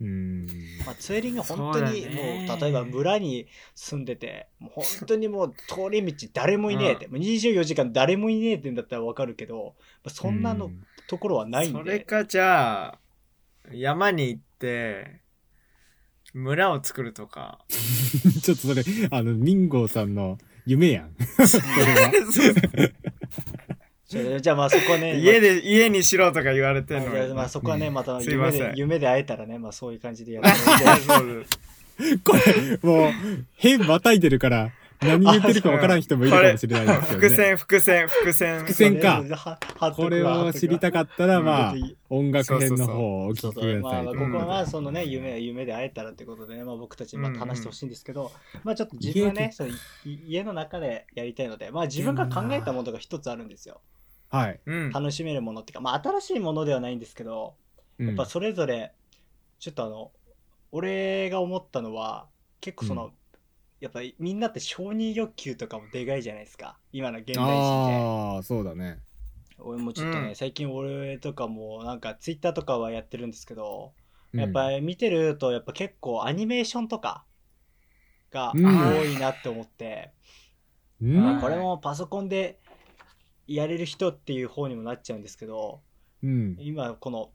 Speaker 1: うん
Speaker 3: まあ、ツーリングは本当に
Speaker 2: そうだ
Speaker 3: も
Speaker 2: ね
Speaker 3: う例えば村に住んでてもう本当にもう通り道誰もいねえって、もう24時間誰もいねえってんだったらわかるけどまあそんな
Speaker 1: う
Speaker 3: のところはないんで、
Speaker 2: それか、じゃあ、山に行って、村を作るとか。
Speaker 1: ちょっとそれあのミンゴーさんの夢やん。 [laughs]
Speaker 3: それじゃあまあそこはね
Speaker 2: [laughs] 家で、家にしろとか言われてんの
Speaker 3: あ
Speaker 2: に。
Speaker 3: まあ、そこはね、また
Speaker 2: すいま
Speaker 3: 夢
Speaker 2: せん
Speaker 3: で夢で会えたらね、まあ、そういう感じでやってもらって
Speaker 2: [laughs] そう
Speaker 1: これもう変またいてるから何言ってるかわからん人もいるかもしれないですけど、ね、
Speaker 2: 伏線、伏線、伏線。
Speaker 1: 伏
Speaker 3: [laughs]
Speaker 1: 線か
Speaker 3: それは貼っとくわ
Speaker 1: これを知りたかったら、
Speaker 2: うん
Speaker 1: まあ
Speaker 3: 貼っとくわ、
Speaker 1: 音楽編の方をお聴
Speaker 3: そう
Speaker 1: きく
Speaker 3: そう
Speaker 1: だ
Speaker 3: ま
Speaker 1: さ
Speaker 3: あ、
Speaker 1: い
Speaker 3: まあ
Speaker 1: とい
Speaker 3: こ
Speaker 1: うこ
Speaker 3: こ
Speaker 1: と
Speaker 3: は
Speaker 1: で。
Speaker 3: まあそのね
Speaker 1: うん
Speaker 3: 夢夢で会えたらってことでね、まあ、僕たち
Speaker 2: うんう
Speaker 3: まあ
Speaker 2: ん
Speaker 3: 話してほしいんですけど、まあちょっと自分はねそうい家の中でやりたいので、まあ、自分が考えたものが一つあるんですよ
Speaker 1: はい。
Speaker 2: うん。
Speaker 3: 楽しめるものっていうか、まあ、新しいものではないんですけど
Speaker 1: や
Speaker 3: やっぱそれぞれちょっとあの俺が思ったのは結構その、
Speaker 1: うん
Speaker 3: やっぱりみんなって承認欲求とかもでかいじゃないですか今の現代人って。
Speaker 1: ああ、そうだね。
Speaker 3: 俺もちょっとね、
Speaker 2: うん
Speaker 3: 最近俺とかもなんかツイッターとかはやってるんですけど、
Speaker 1: うん
Speaker 3: やっぱり見てるとやっぱ結構アニメーションとかが
Speaker 1: うん
Speaker 3: 多いなって思って、
Speaker 1: うん
Speaker 2: あ
Speaker 3: まあこれもパソコンでやれる人っていう方にもなっちゃうんですけど
Speaker 1: うん。
Speaker 3: 今この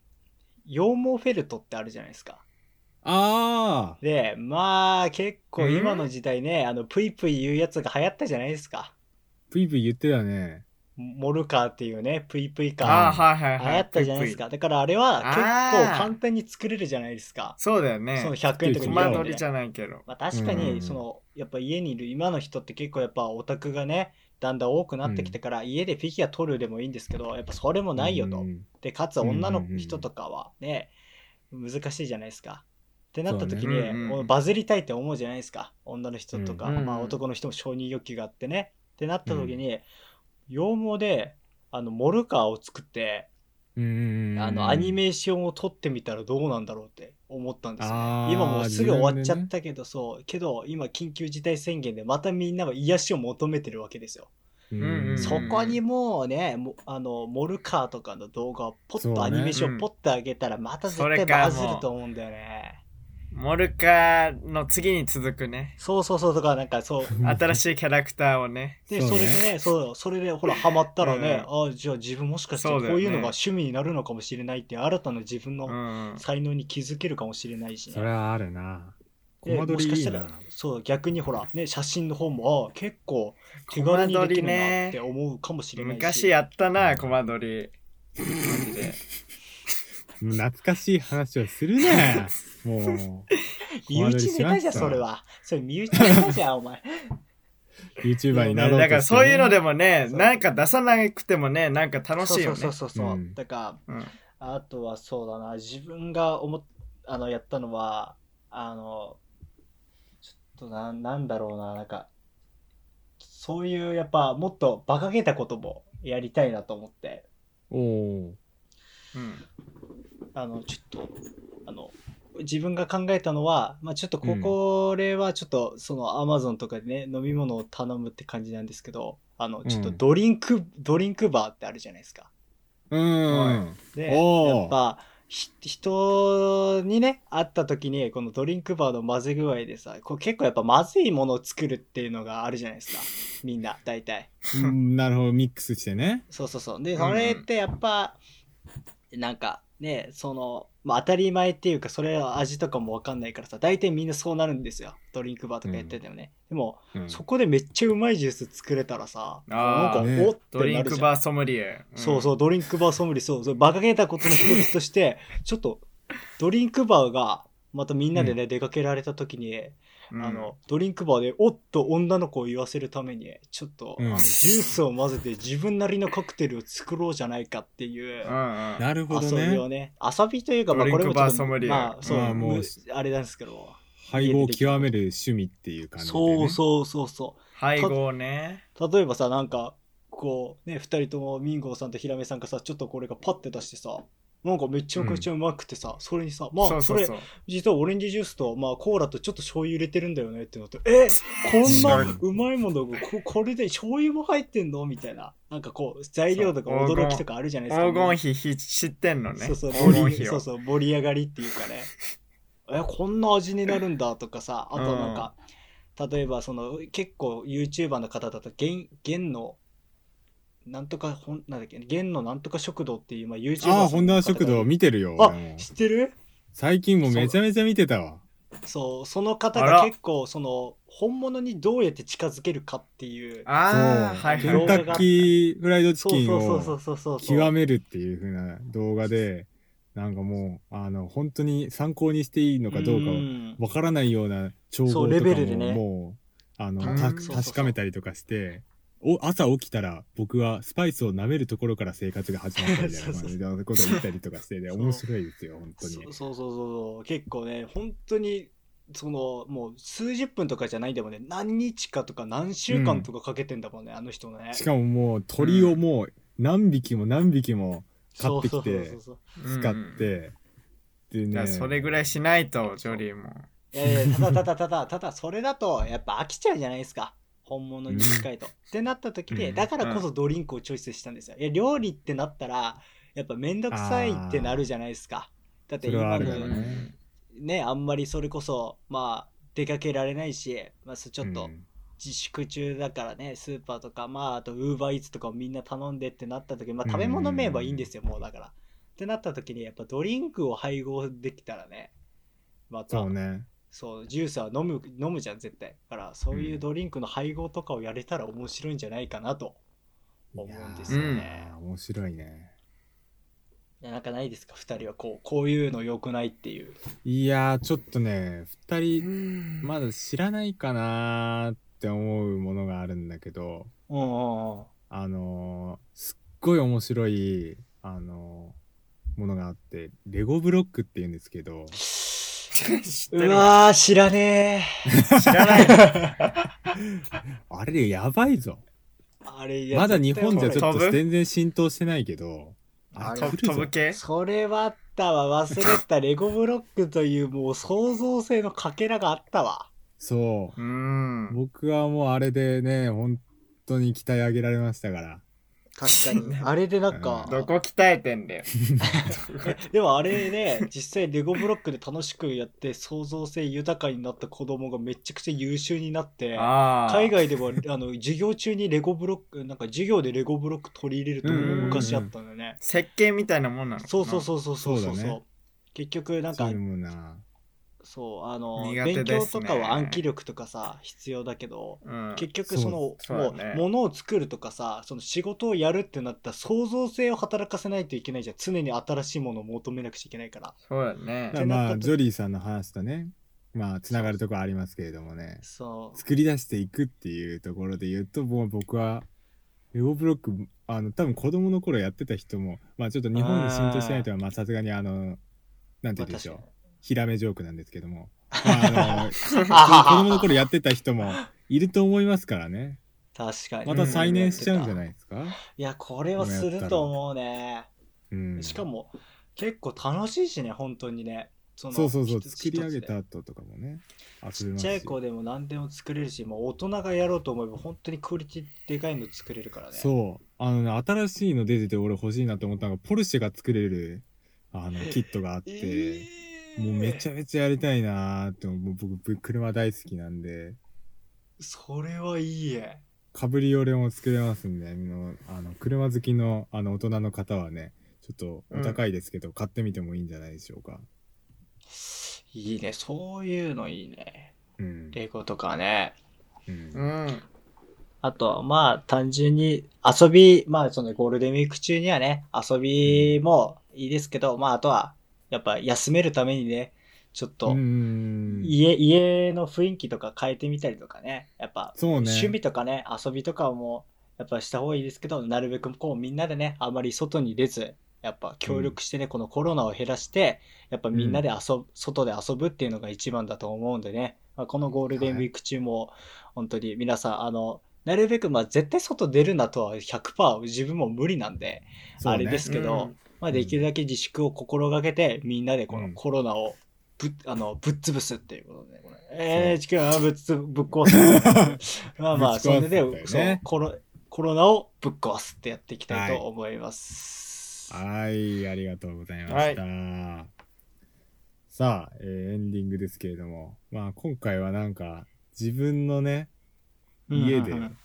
Speaker 3: 羊毛フェルトってあるじゃないですか。
Speaker 1: ああ、
Speaker 3: でまあ結
Speaker 2: う
Speaker 3: 構
Speaker 2: ん
Speaker 3: 今の時代ね、あのプイプイ言うやつが流行ったじゃないですか。
Speaker 1: ぷいぷい言ってたね。
Speaker 3: モルカーっていうねプイプイカー
Speaker 2: ああ、はいはいはい。
Speaker 3: 流行ったじゃないですか。だからあれは結構簡単に作れるじゃないですか。
Speaker 2: そうだよ
Speaker 3: その
Speaker 2: ね。
Speaker 3: 100円とか
Speaker 1: コ
Speaker 2: コマ
Speaker 1: マ
Speaker 2: 撮
Speaker 1: 撮
Speaker 3: 200
Speaker 2: り
Speaker 3: 円
Speaker 2: じ
Speaker 3: で。
Speaker 2: ゃないけど。
Speaker 3: まあ確か
Speaker 1: う
Speaker 3: に、
Speaker 1: ん
Speaker 3: その、やっぱ家にいる今の人って結構やっぱオタクがね、だんだん多くなってきてから、家でフィギュア撮るでもいいんですけど、やっぱそれもないよ
Speaker 1: う
Speaker 3: と。
Speaker 1: ん
Speaker 3: で、かつ女の人とかはね、難しいじゃないですか。ってなった時
Speaker 2: そう
Speaker 3: に、
Speaker 2: だねうんうんうん
Speaker 3: バズりたいって思うじゃないですか。女の人とか、
Speaker 2: うん
Speaker 3: まあ男の人も承認欲求があってね。ってなった時に、羊毛で、あの、モルカーを作って、
Speaker 1: うん
Speaker 3: あのアニメーションを撮ってみたらどうなんだろうって思ったんですよね
Speaker 1: あー
Speaker 3: 今もうすぐ終わっちゃったけど、そうけど今緊急事態宣言でまたみんなは癒しを求めてるわけですよ、
Speaker 1: 自分
Speaker 2: う
Speaker 1: で
Speaker 2: ん
Speaker 1: ね
Speaker 2: うん
Speaker 3: そこにもうねもあのモルカーとかの動画をポッ
Speaker 1: そう
Speaker 3: と
Speaker 1: ね
Speaker 3: アニメーションをポッと上げたらまた絶
Speaker 2: それ
Speaker 3: 対
Speaker 2: か
Speaker 3: バズると思うんだよね
Speaker 2: モルカーの次に続くね。
Speaker 3: そうそうそうとかなんか
Speaker 2: [laughs]
Speaker 3: そう
Speaker 2: 新しいキャラクターをね。
Speaker 3: で
Speaker 1: そう
Speaker 3: そ
Speaker 1: ね
Speaker 3: れでねそうそれでほらハマったらね、あじゃあ自分もしかしてこ
Speaker 2: そううだよね
Speaker 3: いうのが趣味になるのかもしれないって新たな自分
Speaker 2: う
Speaker 3: の
Speaker 2: ん。
Speaker 3: 才能に気づけるかもしれないしね、
Speaker 1: それはあるな。コ
Speaker 3: で
Speaker 1: マ撮
Speaker 3: も
Speaker 1: り
Speaker 3: しか
Speaker 1: い
Speaker 3: し
Speaker 1: い
Speaker 3: た
Speaker 1: な
Speaker 3: ら。そう逆にほらね写真の方もあ結構手
Speaker 2: コマ
Speaker 3: 軽に
Speaker 2: 撮
Speaker 3: でき
Speaker 2: り
Speaker 3: るなって
Speaker 2: ね。
Speaker 3: 思うかもしれないし
Speaker 2: 昔やったな、コマ撮り。マジ [laughs] で。
Speaker 1: 懐かしい話をする
Speaker 3: [laughs]
Speaker 1: ね。も
Speaker 3: 身
Speaker 1: コマ
Speaker 3: 内ネタじゃん
Speaker 1: 撮りしました
Speaker 3: それはそれ身内ネタじゃんお前
Speaker 1: う、YouTuber にな
Speaker 2: ね
Speaker 1: ろうとしてね
Speaker 2: だからそういうのでもね、
Speaker 3: そう
Speaker 2: なんか出さなくてもね、なんか楽しいよね。
Speaker 3: そうそうそうそう、
Speaker 1: うん
Speaker 3: だか
Speaker 2: うん
Speaker 3: らあとはそうだな自分が思っあのやったのはあのちょっとななんだろうななんかそういうやっぱもっと馬鹿げたこともやりたいなと思って
Speaker 1: おお
Speaker 2: うん
Speaker 3: あの、ちょっと、あの、自分が考えたのは、まあ、ちょっとここれはちょっと、その、アマゾンとかでね、飲み物を頼むって感じなんですけど、あの、ちょっと
Speaker 1: うん
Speaker 3: ドリンク、ドリンクバーってあるじゃないですか。
Speaker 1: ー。うん。
Speaker 3: で、
Speaker 1: おー
Speaker 3: やっぱ、ひ人にね、会った時に、このドリンクバーの混ぜ具合でさ、こう結構やっぱまずいものを作るっていうのがあるじゃないですか。みんな、大体。
Speaker 1: うんなるほど、ミックスしてね。
Speaker 3: そうそうそう。で、
Speaker 2: うんうん
Speaker 3: それってやっぱ、なんかね、その、まあ、当たり前っていうか、それは味とかもわかんないからさ、大体みんなそうなるんですよ。ドリンクバーとかやっててもね。でも、
Speaker 1: うん
Speaker 3: そこでめっちゃうまいジュース作れたらさ、なん
Speaker 2: あ
Speaker 3: か、
Speaker 2: ー
Speaker 1: ね
Speaker 3: おって
Speaker 2: ドリ
Speaker 3: な
Speaker 2: ン
Speaker 3: る
Speaker 2: ク
Speaker 3: じゃん。
Speaker 2: バーソムリエ。。
Speaker 3: そうそうう、ドリンクバーソムリエ、そう、それ馬鹿げたことの一つとして、ちょっと、ドリンクバーが、またみんなでね、出かけられた時に、
Speaker 2: うん
Speaker 3: あの、ドリンクバーで、おっと女の子を言わせるために、ちょっと、
Speaker 1: うん
Speaker 3: あのジュースを混ぜて自分なりのカクテルを作ろうじゃないかっていう
Speaker 2: うんうん。
Speaker 1: なるほど
Speaker 3: 遊びを
Speaker 1: ね。
Speaker 3: ね、遊びというか、まあ、
Speaker 2: ド
Speaker 3: こ
Speaker 2: リ
Speaker 3: れ
Speaker 2: ンクバ
Speaker 3: もちょ
Speaker 2: ー
Speaker 3: っと、
Speaker 2: ソムリエ
Speaker 3: まあ、そう、
Speaker 1: まあもう
Speaker 3: むあれなんですけど、
Speaker 1: 配合を極める趣味っていう感じで、
Speaker 3: そう
Speaker 1: ね。う。
Speaker 3: そうそうそ
Speaker 2: 配合ね。
Speaker 3: う。例えばさ、なんか、こう、ね、二人ともミンゴーさんとヒラメさんがさ、ちょっとこれがパッて出してさ、なんかめちゃくちゃうまくてさ、それにさ、まあ、
Speaker 2: そう
Speaker 3: そ
Speaker 2: そ
Speaker 3: れ
Speaker 2: うそう。
Speaker 3: 実はオレンジジュースと、まあ、コーラとちょっと醤油入れてるんだよねってなって、えこんなうまいものがここれで醤油も入ってんのみたいな。なんかこう、材料とか
Speaker 2: そう黄金
Speaker 3: 驚きとかあるじゃないですか。
Speaker 2: 黄金比ひ知ってんのね。
Speaker 3: そうそう、
Speaker 2: 黄
Speaker 3: 盛
Speaker 2: 金
Speaker 3: り
Speaker 2: 比
Speaker 3: そう
Speaker 2: を。
Speaker 3: そう盛り上がりっていうかね。 [laughs] え、こんな味になるんだとかさ、あとなんか、例えばその、結構 YouTuber の方だと、元元の、なんとか、ほんなんだっけ、元のなんとか食堂っていう、まあ、YouTuber
Speaker 1: ああ、
Speaker 3: さ
Speaker 1: ホ
Speaker 3: ん
Speaker 1: ン
Speaker 3: の方が
Speaker 1: ダ食堂見てるよ。
Speaker 3: あ
Speaker 1: 俺も
Speaker 3: 知ってる
Speaker 1: 最近もめちゃめちゃ見てたわ。
Speaker 3: そう、その方
Speaker 2: あ
Speaker 3: が
Speaker 2: ら
Speaker 3: 結構、その、本物にどうやって近づけるかっていう、
Speaker 1: そう。
Speaker 2: ああ、はい
Speaker 1: ケ
Speaker 2: は
Speaker 1: ン
Speaker 2: い。
Speaker 1: タッキーフライドチ
Speaker 3: そ
Speaker 1: キ
Speaker 3: う
Speaker 1: ン
Speaker 3: そう
Speaker 1: を
Speaker 3: そうそうそうそう。
Speaker 1: 極めるっていう風な動画で、なんかもう、あの、本当に参考にしていいのかどうかを
Speaker 3: ん
Speaker 1: わからないような調合と
Speaker 3: そう
Speaker 1: か
Speaker 3: レベルで
Speaker 1: も
Speaker 3: ね
Speaker 1: もうあの
Speaker 2: うん
Speaker 1: た
Speaker 2: そうそう
Speaker 3: そう
Speaker 1: 確かめたりとかしてお朝起きたら僕はスパイスを舐めるところから生活が始まったみたい
Speaker 3: [laughs]
Speaker 1: な感じのことを言ったりとかしてで
Speaker 3: そう
Speaker 1: 面白いですよ本当
Speaker 3: そう
Speaker 1: に
Speaker 3: そうそうそう結構ね本当にそのもう数十分とかじゃないでもね何日かとか何週間とかかけてんだもんね、あの人ね
Speaker 1: しかももう鳥をもう何匹も何匹も買ってきて
Speaker 3: そうそうそうそう
Speaker 2: うん
Speaker 1: 使って、で
Speaker 2: じゃ
Speaker 1: ね
Speaker 2: あそれぐらいしないと、ジョリーも。
Speaker 3: いやいやただただただただそれだとやっぱ飽きちゃうじゃないですか本物に近いと。ってなった時で
Speaker 2: うん
Speaker 3: だからこそドリンクをチョイスしたんですよ。いや料理ってなったらやっぱ面倒くさいってなるじゃないですか。だって
Speaker 1: それはあ
Speaker 3: 今
Speaker 1: るよ
Speaker 3: の
Speaker 1: ね
Speaker 3: ねあんまりそれこそまあ出かけられないし、まあ、ちょっと
Speaker 1: うん
Speaker 3: 自粛中だからねスーパーとかまああとウーバーイーツとかをみんな頼んでってなった時まあ食べ物名はいいんですよもうだからってなった時にやっぱドリンクを配合できたらねま
Speaker 1: そ
Speaker 3: たそう
Speaker 1: う,、ね
Speaker 3: ジュースは飲む飲むじゃん絶対だからそういううんドリンクの配合とかをやれたら面白いんじゃないかなと思う
Speaker 1: いや
Speaker 3: んですよ
Speaker 1: ー
Speaker 3: ね、
Speaker 1: 面白いね
Speaker 3: いやなんかないですか2人はこうこういうの良くないっていう
Speaker 1: いやーちょっとね二人
Speaker 2: うん
Speaker 1: まだ知らないかなーって思うものがあるんだけど、
Speaker 3: うんうんうん
Speaker 1: あのーすっごい面白い、あのーものがあって、レゴブロックって言うんですけど、
Speaker 2: 知って
Speaker 3: う
Speaker 2: る
Speaker 3: わー知らね
Speaker 2: 知らない [laughs] の。
Speaker 1: あれやばいぞ。
Speaker 3: えあれいや
Speaker 1: まだ日
Speaker 3: 絶対
Speaker 1: 本じゃ
Speaker 3: わかんない
Speaker 1: ちょっ
Speaker 2: 飛
Speaker 1: と
Speaker 2: ぶ
Speaker 1: 全然浸透してないけど、あ
Speaker 3: あれ
Speaker 1: か
Speaker 2: と
Speaker 1: 古いぞ
Speaker 2: 飛ぶ系
Speaker 3: それはあったわ忘れたレゴブロックというもう創造性のかけらがあったわ
Speaker 1: そうう。
Speaker 2: ーん。
Speaker 1: 僕はもうあれでね、本当に鍛え上げられましたから。
Speaker 3: 確かに [laughs] あれでなんか
Speaker 2: どこ鍛えてんだよ。
Speaker 3: でもあれね実際レゴブロックで楽しくやって創造性豊かになった子供がめちゃくちゃ優秀になって
Speaker 2: ああ。
Speaker 3: 海外ではあの授業中にレゴブロックなんか授業でレゴブロック取り入れるとこも昔あったんだよね
Speaker 2: 設計みたいなもんなのかな
Speaker 3: そうそうそうそうそうそう
Speaker 1: そうだね
Speaker 3: 結局なん
Speaker 1: そう
Speaker 3: か
Speaker 1: いうもんな。
Speaker 3: そうあの、
Speaker 2: 苦手
Speaker 3: 勉
Speaker 2: で
Speaker 3: 強
Speaker 2: す
Speaker 3: と
Speaker 2: ね
Speaker 3: かは暗記力とかさ必要だけど
Speaker 2: うん。
Speaker 3: 結局その
Speaker 2: そう
Speaker 3: も
Speaker 2: そうだね
Speaker 3: う物を作るとかさその仕事をやるってなったら創造性を働かせないといけないじゃん常に新しいものを求めなくちゃいけないから
Speaker 2: そうだね
Speaker 1: だか。ら
Speaker 3: ってな
Speaker 1: ま
Speaker 3: っ
Speaker 1: あ、
Speaker 3: たと
Speaker 1: ジョリーさんの話とね、まあ、つながるとこありますけれどもね。
Speaker 3: そう
Speaker 1: 作り出していくっていうところで言うともう僕はレゴブロックあの多分子供の頃やってた人もまあちょっと日本に浸透してないとはまあさすがにあのなんて言うんでしょう、
Speaker 3: まあ
Speaker 1: ひらめジョークなんですけども、まあ、あの
Speaker 3: 確
Speaker 1: 子供
Speaker 3: か
Speaker 1: の
Speaker 3: に
Speaker 1: 頃やってた人もいると思いますからね
Speaker 3: 確かに
Speaker 1: また再燃しちゃうんじゃ
Speaker 3: い
Speaker 1: ないですか、
Speaker 3: いやこれはすると思うね
Speaker 1: うん、
Speaker 3: しかも結構楽しいしね本当にねそ
Speaker 1: そうそうそう
Speaker 3: 一つ
Speaker 1: 作り上げ
Speaker 3: 一
Speaker 1: た後とかもね
Speaker 3: つ
Speaker 1: 遊べ
Speaker 3: でちっ
Speaker 1: ます
Speaker 3: ちゃい
Speaker 1: し
Speaker 3: 子でも何でも作れるしもう大人がやろうと思えば本当にクオリティでかいの作れるからね
Speaker 1: そうあのね新しいの出てて俺欲しいなと思ったのがポルシェが作れるあのキットがあって、もうめち
Speaker 3: ゃ
Speaker 1: ゃめちゃやりたいなーって思うもう僕ぶ車大好きなんで
Speaker 3: それはいいえ
Speaker 1: カブリオレも作れますんであのあの車好きのあの大人の方はねちょっとお高いですけど、買ってみてもいいんじゃないでしょうか
Speaker 3: いいねそういうのいいね
Speaker 1: うん、
Speaker 3: レゴとかね
Speaker 1: うん
Speaker 2: うん。
Speaker 3: あとまあ単純に遊びまあそのゴールデンウィーク中にはね遊びもいいですけどまああとはやっぱ休めるためにねちょっと、
Speaker 1: うんうんうん
Speaker 3: 家家の雰囲気とか変えてみたりとかねやっぱ
Speaker 1: そうね
Speaker 3: 趣味とかね遊びとかもやっぱした方がいいですけどなるべくこうみんなでねあまり外に出ずやっぱ協力してね、このコロナを減らしてやっぱみんなで遊ぶ、外で遊ぶっていうのが一番だと思うんでね、まあ、このゴールデンウィーク中も本当に皆さんあのなるべくまあ絶対外出るなとは100%自分も無理なんで、
Speaker 1: そう
Speaker 3: あ
Speaker 1: ね
Speaker 3: れですけど、
Speaker 2: うん
Speaker 3: まあ、できるだけ自粛を心がけて、みんなでこ
Speaker 1: う
Speaker 3: の
Speaker 1: ん
Speaker 3: コロナをぶ,、あのぶっ潰すっていうことで、これえー、ちくわぶっつぶっ
Speaker 1: [laughs]
Speaker 3: 壊す。まあまあ、
Speaker 1: ぶっ壊す
Speaker 3: それで、
Speaker 1: だよね
Speaker 3: そうコロ、コロナをぶっ壊すってやっていきたいと思います。
Speaker 1: はいありがとうございました、さあ、えーエンディングですけれどもまあ今回はなんか自分のね
Speaker 3: うん
Speaker 1: 家で
Speaker 3: うんうん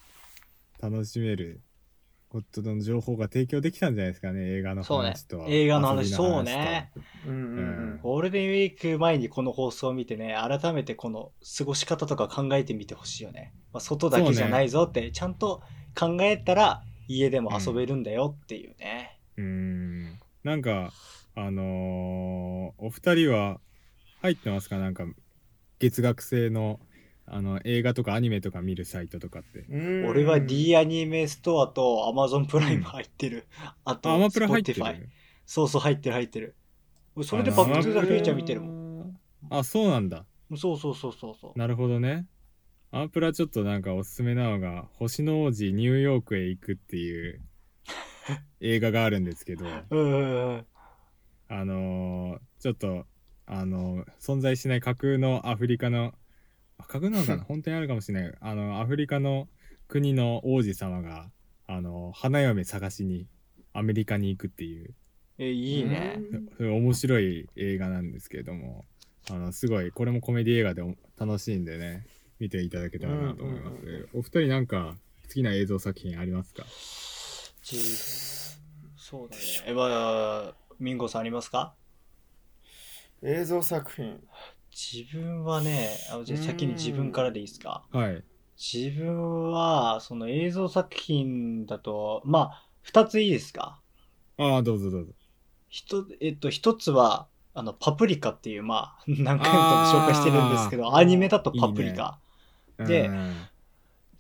Speaker 1: 楽しめることの情報が提供できたんじゃないですかね映画の
Speaker 3: そうね
Speaker 1: 話と、
Speaker 3: 映画の話、
Speaker 1: 遊び
Speaker 3: そう
Speaker 1: と
Speaker 3: ね。
Speaker 2: うんうん
Speaker 3: ゴールデンウィーク前にこの放送を見てね、改めてこの過ごし方とか考えてみてほしいよね。まあ、外だけじゃないぞって、ちゃんと考えたら家でも遊べるんだよっていうね。
Speaker 1: うーんなんかあのーお二人は入ってますかなんか月額制のあの映画とかアニメとか見るサイトとかって
Speaker 2: うん。
Speaker 3: 俺は
Speaker 2: D。
Speaker 3: D アニメストアと Amazon プライム入ってる。あと、
Speaker 1: あアマプラ入って
Speaker 3: Spotify
Speaker 1: る
Speaker 3: そうそう、入ってる入ってる。俺それでバックトゥザフューチャー見てるもん。
Speaker 1: んあそうなんだ
Speaker 3: そうそうそうそうそう。
Speaker 1: なるほどねアマプラちょっとなんかおすすめなのが「星の王子ニューヨークへ行く」っていう
Speaker 3: [laughs]
Speaker 1: 映画があるんですけど
Speaker 3: うんうんうん。
Speaker 1: あのーちょっと、あのー存在しない架空のアフリカの、あ架空なの
Speaker 3: [laughs]
Speaker 1: かな本当にあるかもしれない。あの、アフリカの国の王子様が、あのー花嫁探しにアメリカに行くっていう、
Speaker 3: え、いいね。
Speaker 1: それ面白い映画なんですけれども、あの、すごい、これもコメディ映画でお楽しいんでね、見ていただけたらなと思います。
Speaker 2: うんうん
Speaker 1: お二人なんか、好きな映像作品ありますか
Speaker 3: じそうだね。え、まあ、ミンゴさんありますか
Speaker 2: 映像作品。
Speaker 3: 自分はね、あじゃあ先に自分からでいいですか
Speaker 1: はい。
Speaker 3: 自分は、その映像作品だと、まあ、二ついいですか
Speaker 1: ああ、どうぞどうぞ。
Speaker 3: ひとえっと、一つは、あの、パプリカっていう、まあ、 [laughs] 何回も多分紹介してるんですけど、アニメだとパプリカ。で
Speaker 1: うん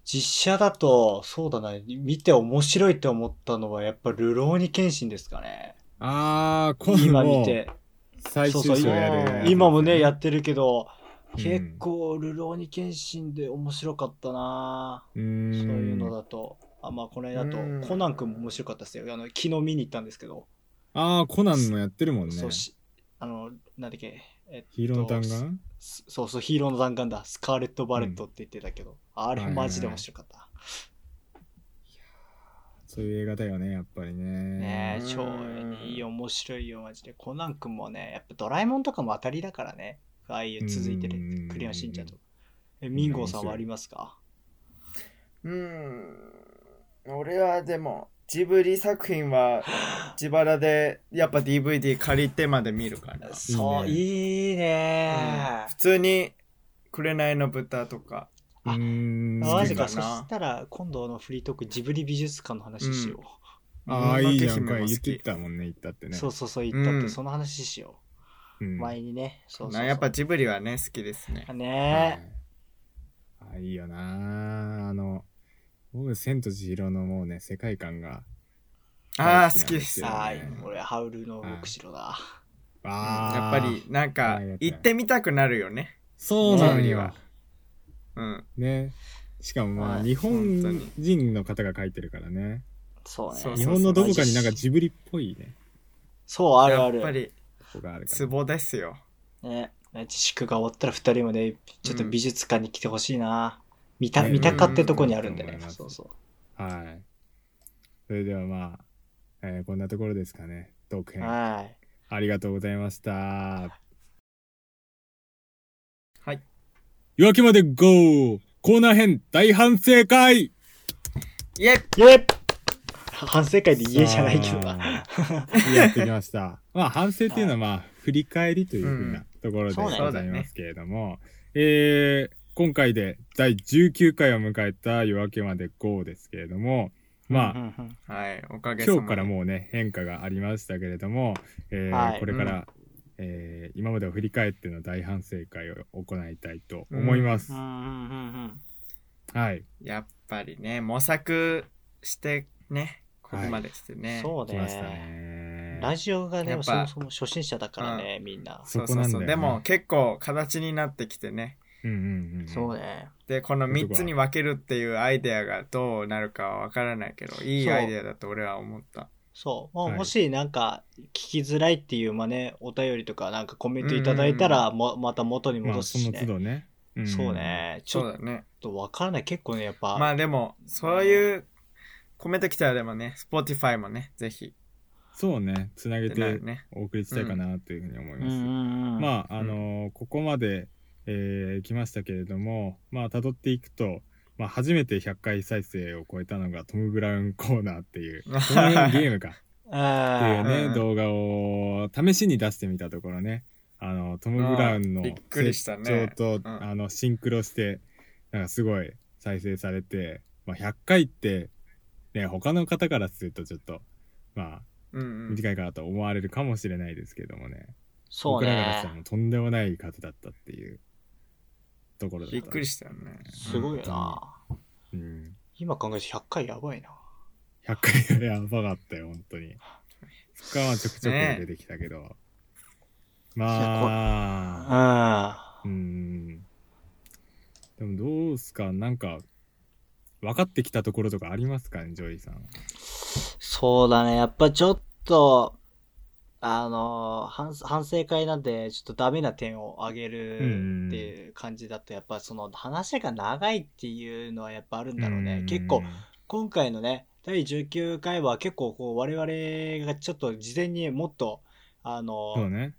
Speaker 3: 実写だと、そうだな、見て面白いと思ったのは、やっぱ、ルローニケンシンですかね。
Speaker 1: ああ、今
Speaker 3: 今見て。
Speaker 1: 最終章やる
Speaker 2: そうそう
Speaker 3: 今もね、やってるけど、
Speaker 1: うん
Speaker 3: 結構、ルローニケンシンで面白かったな、
Speaker 1: そう
Speaker 3: そうい
Speaker 1: いう
Speaker 3: のだと。あまあ、この間だと
Speaker 2: うん、
Speaker 3: コナン君も面白かったですよ。あの、昨日見に行ったんですけど。
Speaker 1: ああ、コナンもやってるもんね。
Speaker 3: そうしあのなんだっけ、えっと
Speaker 1: ヒーローの弾丸
Speaker 3: すそうそうヒーローの弾丸だスカーレット・バレットって言ってたけど、あれマジで面白かった、
Speaker 1: そういう映画だよね、やっぱりね。
Speaker 3: ねえ超いい面白いよマジでコナン君もねやっぱドラえもんとかも当たりだからねああいう続いて
Speaker 1: うんうんうんう
Speaker 3: る
Speaker 1: ん
Speaker 3: クレヨンしんちゃんとかえミンゴーさんはありますか
Speaker 2: うん。俺はでも、ジブリ作
Speaker 1: [gasps]
Speaker 2: 品は自腹でやっぱ DVD 借りてまで見るから。
Speaker 3: そう
Speaker 1: い
Speaker 3: いいね
Speaker 2: 普通に「紅の豚」とか
Speaker 1: うーん。
Speaker 3: マジか
Speaker 2: 好き
Speaker 3: そ
Speaker 2: かな
Speaker 3: したら今度のフリートークジブリ美術館の話しよう、
Speaker 1: ああ、いいじゃん。これ
Speaker 2: も
Speaker 1: 言っ
Speaker 2: 好
Speaker 1: て
Speaker 2: き
Speaker 1: たもんね、言ったってね。
Speaker 3: そうそうそう言ったっ
Speaker 2: う
Speaker 3: て
Speaker 2: ん
Speaker 3: その話しよ
Speaker 1: う
Speaker 3: う、
Speaker 1: ん。
Speaker 3: 前にねそうそうそう
Speaker 2: なやっぱジブリはね好きですね
Speaker 3: ね
Speaker 1: はいあいいよなあの僕「千と千尋」のもうね世界観が
Speaker 2: あ
Speaker 1: 大
Speaker 2: あ好
Speaker 1: 好
Speaker 2: き
Speaker 1: き
Speaker 2: で
Speaker 1: ですす
Speaker 3: え、
Speaker 1: よ
Speaker 2: やっ
Speaker 3: は
Speaker 1: はいい、
Speaker 3: 俺ハウルの動く城だ、
Speaker 1: あー
Speaker 2: ぱりなんか行ってみたくなるよね
Speaker 1: そうな
Speaker 2: ジブ
Speaker 1: ん
Speaker 2: リ
Speaker 1: よ
Speaker 2: はうん
Speaker 1: ねしかもま
Speaker 3: は
Speaker 1: あ
Speaker 3: い
Speaker 1: 日本
Speaker 2: 本
Speaker 1: 人の方が書いてるからね
Speaker 3: そうね
Speaker 2: そう
Speaker 1: 日本のどこかになんか
Speaker 3: マジ
Speaker 1: ジブリっぽいね
Speaker 3: そうあるあ
Speaker 2: やっぱ
Speaker 3: る、
Speaker 2: り
Speaker 1: とこがあるか
Speaker 2: ツ
Speaker 1: ら
Speaker 2: ボですよ
Speaker 3: ね、自粛が終わったら2人もねちょっと美術館に来てほしいな、見た
Speaker 1: ね
Speaker 3: 見たかってとこにあるんでね、
Speaker 1: うん
Speaker 3: そうそう
Speaker 1: はいそれではまあ、えーこんなところですかねトーク編あ
Speaker 3: はい
Speaker 1: りがとうございました
Speaker 2: はい
Speaker 1: 夜明けまで GO! コーナー編大反省会
Speaker 2: イエイ
Speaker 3: イエッ反省会で家じゃないけどな
Speaker 1: さ
Speaker 3: [laughs]
Speaker 1: あ。やってきました。まあ反省っていうのはまあ振り返りというふうなところで
Speaker 3: そう
Speaker 1: ご
Speaker 3: だ
Speaker 2: よ
Speaker 1: ざいますけれども、えー今回で第19回を迎えた夜明けまで GO ですけれども、まあ、
Speaker 3: うんうん
Speaker 2: はいおかげさまで
Speaker 1: 今日からもうね変化がありましたけれども、えー
Speaker 3: はい
Speaker 1: これから、えー今までを振り返っての大反省会を行いたいと思います。
Speaker 3: うんうんうん
Speaker 1: はい、
Speaker 2: やっぱりね模索してねここまで来て
Speaker 3: う
Speaker 2: ね
Speaker 3: ん、そう
Speaker 1: 来ました
Speaker 3: ね
Speaker 1: ね。
Speaker 3: ラジオがね
Speaker 2: やっぱ
Speaker 3: そもそも初心者だからね、みんな
Speaker 1: そこなんだよね
Speaker 2: でも結構形になってきてね
Speaker 1: うんうんうん、
Speaker 3: そうね
Speaker 2: でこの3つに分けるっていうアイデアがどうなるかは分からないけどいい
Speaker 3: そう
Speaker 2: アイデアだと俺は思った
Speaker 3: そう、もう
Speaker 1: はい
Speaker 3: もしなんか聞きづらいっていうまあねお便りとかなんかコメントいただいたらもまた元に
Speaker 1: ま
Speaker 3: 戻
Speaker 1: あ
Speaker 3: す
Speaker 1: その
Speaker 3: しね
Speaker 1: 都、度ね。ん
Speaker 3: そう。ねち
Speaker 2: そう
Speaker 3: ょっ
Speaker 2: だね
Speaker 3: とわからない結構ねやっぱ、
Speaker 2: まあでも、そういうコメント来たらでもね、Spotify もね、ぜひ。
Speaker 1: そうね、つなげ
Speaker 2: ってな
Speaker 1: て
Speaker 2: るね。
Speaker 1: お送りしたいかなというふうに思い
Speaker 3: うん
Speaker 1: ま
Speaker 3: う
Speaker 1: す。
Speaker 3: んうん、
Speaker 1: まあ、あのーここまで、えー来ましたけれども、まあ、辿っていくと、まあ、初めて100回再生を超えたのがトム・ブラウンコーナーっていう、トム・ブラウンゲーム
Speaker 2: [laughs]
Speaker 1: かっていう
Speaker 3: あ
Speaker 1: ね、
Speaker 2: うん
Speaker 1: 動画を試しに出してみたところね、あの、トム・ブラウンの
Speaker 2: [laughs] あーびっくりしたね
Speaker 1: と、
Speaker 2: うん
Speaker 1: あの、シンクロして、なんかすごい再生されて、まあ、100回って、ね、他の方からするとちょっと、まあ、
Speaker 2: うんうん。
Speaker 1: 短いかなと思われるかもしれないですけどもね
Speaker 3: そう
Speaker 1: 僕らからし
Speaker 3: ね
Speaker 1: たらもうとんでもない数だったっていうところだった
Speaker 2: びっくりしたよね。
Speaker 3: すごいよな
Speaker 1: うん、
Speaker 3: 今考えると100回やばいな
Speaker 1: 100回ぐらいやばかったよ本当
Speaker 3: [laughs]
Speaker 1: にそっからはちょくちょく出てきたけど、まあ
Speaker 3: う
Speaker 1: うんでもどうすかなんか分かってきたところとかありますかねジョイさん
Speaker 3: んそうだねやっぱちょっとあの反反省会なんでちょっとダメな点を挙げるっていう感じだとやっぱその話が長いっていうのはやっぱあるんだろうね
Speaker 1: ん
Speaker 3: 結構今回のね第19回は結構こう我々がちょっと事前にもっとあの、
Speaker 1: そうね、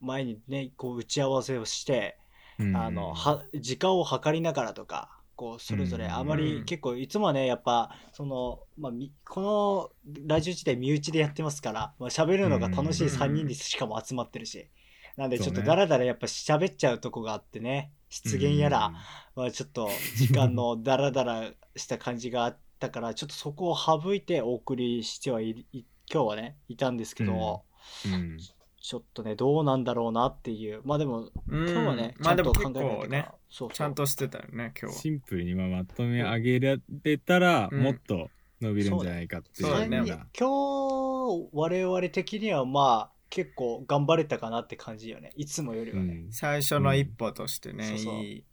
Speaker 3: 前にねこう打ち合わせをして、
Speaker 1: うん
Speaker 3: あのは時間を計りながらとかこうそれぞれ
Speaker 1: うん
Speaker 3: あまり結構いつもはねやっぱその、まあ、みこのラジオ自体身内でやってますから、まあ喋るのが楽しい
Speaker 1: うん
Speaker 3: 3人でしかも集まってるしなんでちょ
Speaker 1: そ
Speaker 3: っと
Speaker 1: うね
Speaker 3: だらだらやっぱ喋っちゃうとこがあってね失言やら、まあ、ちょっと時間のダラダラした感じがあったからちょっとそこを省いてお送りしてはいい今日はねいたんですけど、
Speaker 1: うんうん
Speaker 3: ちょっとねどうなんだろうなっていうまあでも
Speaker 2: 今
Speaker 3: 今日はね、
Speaker 2: まあ
Speaker 3: ち
Speaker 2: で
Speaker 3: ゃん
Speaker 2: も
Speaker 3: と
Speaker 2: 結
Speaker 3: 考えない
Speaker 2: 構
Speaker 3: と
Speaker 2: ね
Speaker 3: ね、そうそう
Speaker 2: ちゃんとしてたよね、今日
Speaker 1: シンプルにまあまとめ上げられたら、
Speaker 2: うん
Speaker 1: もっと伸びるんじゃないかっていう
Speaker 2: そうだ
Speaker 1: よう
Speaker 2: ね
Speaker 1: な
Speaker 3: 三人今日我々的にはまあ結構頑張れたかなって感じよねいつもより
Speaker 1: う
Speaker 3: はね、
Speaker 1: ん
Speaker 2: は。最初の一歩としてね、
Speaker 3: うんそうそう
Speaker 2: いい。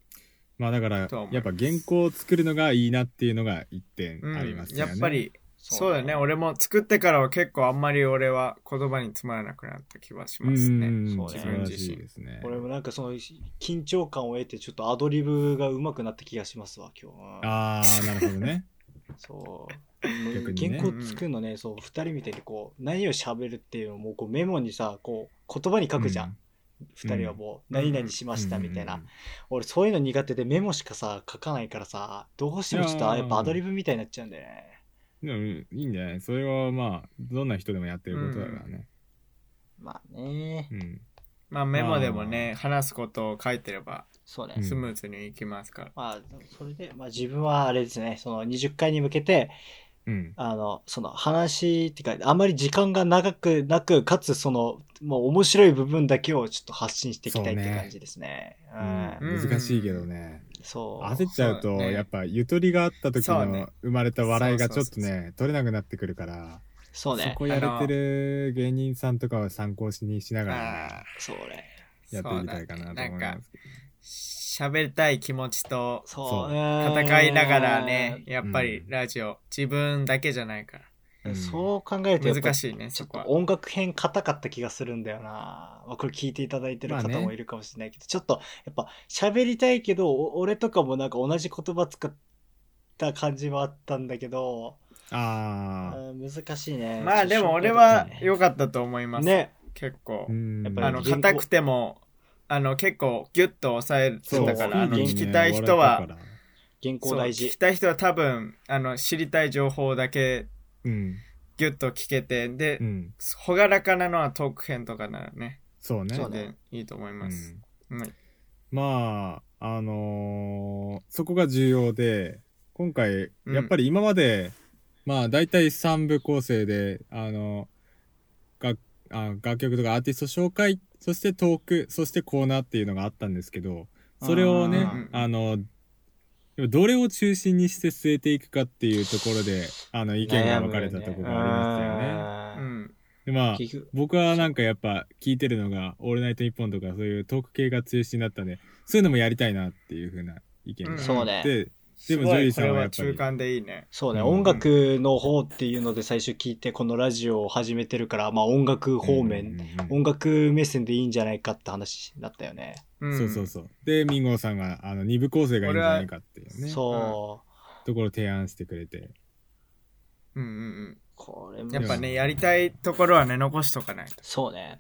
Speaker 1: まあだから
Speaker 2: とは思います
Speaker 1: やっぱ原稿を作るのがいいなっていうのが一点
Speaker 2: うん
Speaker 1: ありますよね、
Speaker 2: やっぱり、そうだね。俺も作ってからは結構あんまり俺は言葉に詰まらなくなった気はします
Speaker 1: う
Speaker 2: ね。
Speaker 1: ん
Speaker 3: そう
Speaker 1: 素
Speaker 3: ね
Speaker 1: 晴らしいですね。
Speaker 3: 俺もなんかその緊張感を得てちょっとアドリブが上手くなった気がしますわ今日は
Speaker 1: ああ、なるほど
Speaker 2: [laughs]
Speaker 1: ね。
Speaker 3: そう
Speaker 1: 逆にね
Speaker 3: 原稿作るのねそう2人みたいにこう何を喋るっていうのもこうメモにさこう言葉に書くじゃん、2人はもう何々しましたみたいな、
Speaker 1: うんうん
Speaker 3: 俺そういうの苦手でメモしかさ書かないからさどうしてもちょっと
Speaker 1: いやー
Speaker 3: やっぱアドリブみたいになっちゃうんだよね
Speaker 1: でもいいんじゃないそれはまあどんな人でもやってることだからね。
Speaker 3: まあね
Speaker 1: うん
Speaker 2: まあメモでもね、話すことを書いてれば
Speaker 3: そうね、
Speaker 1: うん
Speaker 2: スムーズにいきますから。
Speaker 3: まあそれで、まあ、自分はあれですねその20回に向けて
Speaker 1: うん
Speaker 3: あのその話っていうかあまり時間が長くなくかつそのもう面白い部分だけをちょっと発信していきたいって感じですねう
Speaker 1: うん
Speaker 2: ん
Speaker 1: 難しいけどね、
Speaker 3: そう
Speaker 1: 焦っちゃうと
Speaker 2: そうだね
Speaker 1: やっぱゆとりがあった時
Speaker 2: そうね
Speaker 1: の生まれた笑いがちょっと
Speaker 2: そうそう
Speaker 1: ね取れなくなってくるから
Speaker 3: そう
Speaker 1: そ
Speaker 3: ね
Speaker 1: こやれてる芸人さんとかは参考しにしながらね
Speaker 2: あ
Speaker 3: そうね
Speaker 2: ー
Speaker 1: やっていきたいかなと思い
Speaker 2: そうだねな
Speaker 1: ま
Speaker 2: んか
Speaker 1: すけど
Speaker 2: 喋りたい気持ちと
Speaker 3: そう
Speaker 1: そう
Speaker 2: 戦いながらね、やっぱ
Speaker 1: う
Speaker 2: り
Speaker 1: ん
Speaker 2: ラジオ、自分だけじゃないから。
Speaker 1: うん
Speaker 3: そう考えるとやっぱ
Speaker 2: 難しいね、
Speaker 3: ちょ
Speaker 2: そ
Speaker 3: っ
Speaker 2: ことは。
Speaker 3: 音楽編硬かった気がするんだよな、まあ、これ聞いていただいてる方
Speaker 1: まあね
Speaker 3: もいるかもしれないけど、ちょっとやっぱ喋りたいけどお俺とかもなんか同じ言葉使った感じはあったんだけど、
Speaker 1: ああ
Speaker 3: うん難しいね
Speaker 2: まあでも
Speaker 1: ち
Speaker 2: 俺
Speaker 1: ょっ
Speaker 2: は
Speaker 1: と
Speaker 2: 良かったと思います。
Speaker 3: ね
Speaker 2: 結構。
Speaker 1: うん
Speaker 3: やっぱり
Speaker 2: あの、
Speaker 3: 言語
Speaker 2: 硬くても、あの、結構ギュッと抑えて
Speaker 1: そう
Speaker 2: たから、あの、
Speaker 1: いい
Speaker 2: 聞
Speaker 1: ね
Speaker 2: きたい人は
Speaker 1: 笑え、たから
Speaker 2: そ
Speaker 3: 原稿
Speaker 2: う
Speaker 3: 大
Speaker 2: 聞
Speaker 3: 事
Speaker 2: きたい人は多分、あの、知りたい情報だけ
Speaker 1: うん
Speaker 2: ギュッと聞けて、で
Speaker 1: う、ん
Speaker 2: ほがらかなのはトーク編とかならね、
Speaker 1: そうね
Speaker 3: そう
Speaker 2: 全
Speaker 3: ね
Speaker 2: 然いいと思います。うん
Speaker 1: まああのーそこが重要で今回
Speaker 2: うん
Speaker 1: やっぱり今まで、まあ大体3部構成であの楽あ楽曲とかアーティスト紹介そしてトークそしてコーナーっていうのがあったんですけどそれをね
Speaker 2: うん
Speaker 1: あのどれを中心にして据えていくかっていうところであの意見が分かれたところがありま
Speaker 2: う
Speaker 3: うん
Speaker 1: すよ
Speaker 2: ん。
Speaker 1: ね。でまあ
Speaker 3: 結局
Speaker 1: 僕はなんかやっぱ聞いてるのが「オールナイトニッポン」とかそういうトーク系が中心だったんでそういうのもやりたいなっていうふうな意見があって、
Speaker 3: そうね
Speaker 1: で
Speaker 2: す
Speaker 1: も
Speaker 2: ご
Speaker 1: ジュリ
Speaker 2: い、
Speaker 1: ー
Speaker 2: こ
Speaker 1: さん
Speaker 2: れ
Speaker 1: はや
Speaker 2: は
Speaker 1: っぱ
Speaker 2: 中
Speaker 1: り
Speaker 2: 間でいいね。
Speaker 3: そうね、
Speaker 1: うん
Speaker 3: 音楽の方っていうので最初聞いてこのラジオを始めてるから、まあ、音楽方面、
Speaker 1: うんうんうん
Speaker 3: 音楽目線でいいんじゃないかって話だったよね。
Speaker 2: うん
Speaker 1: そうそうそうでミンゴーさんがあの二部構成がいいんじゃないかっていうね
Speaker 3: そう、
Speaker 1: ところを提案してくれて
Speaker 2: うんうん
Speaker 3: これ
Speaker 2: うん。
Speaker 3: も
Speaker 2: やっぱね、
Speaker 1: うん
Speaker 2: やりたいところはね、残しとかないと。
Speaker 3: そうね。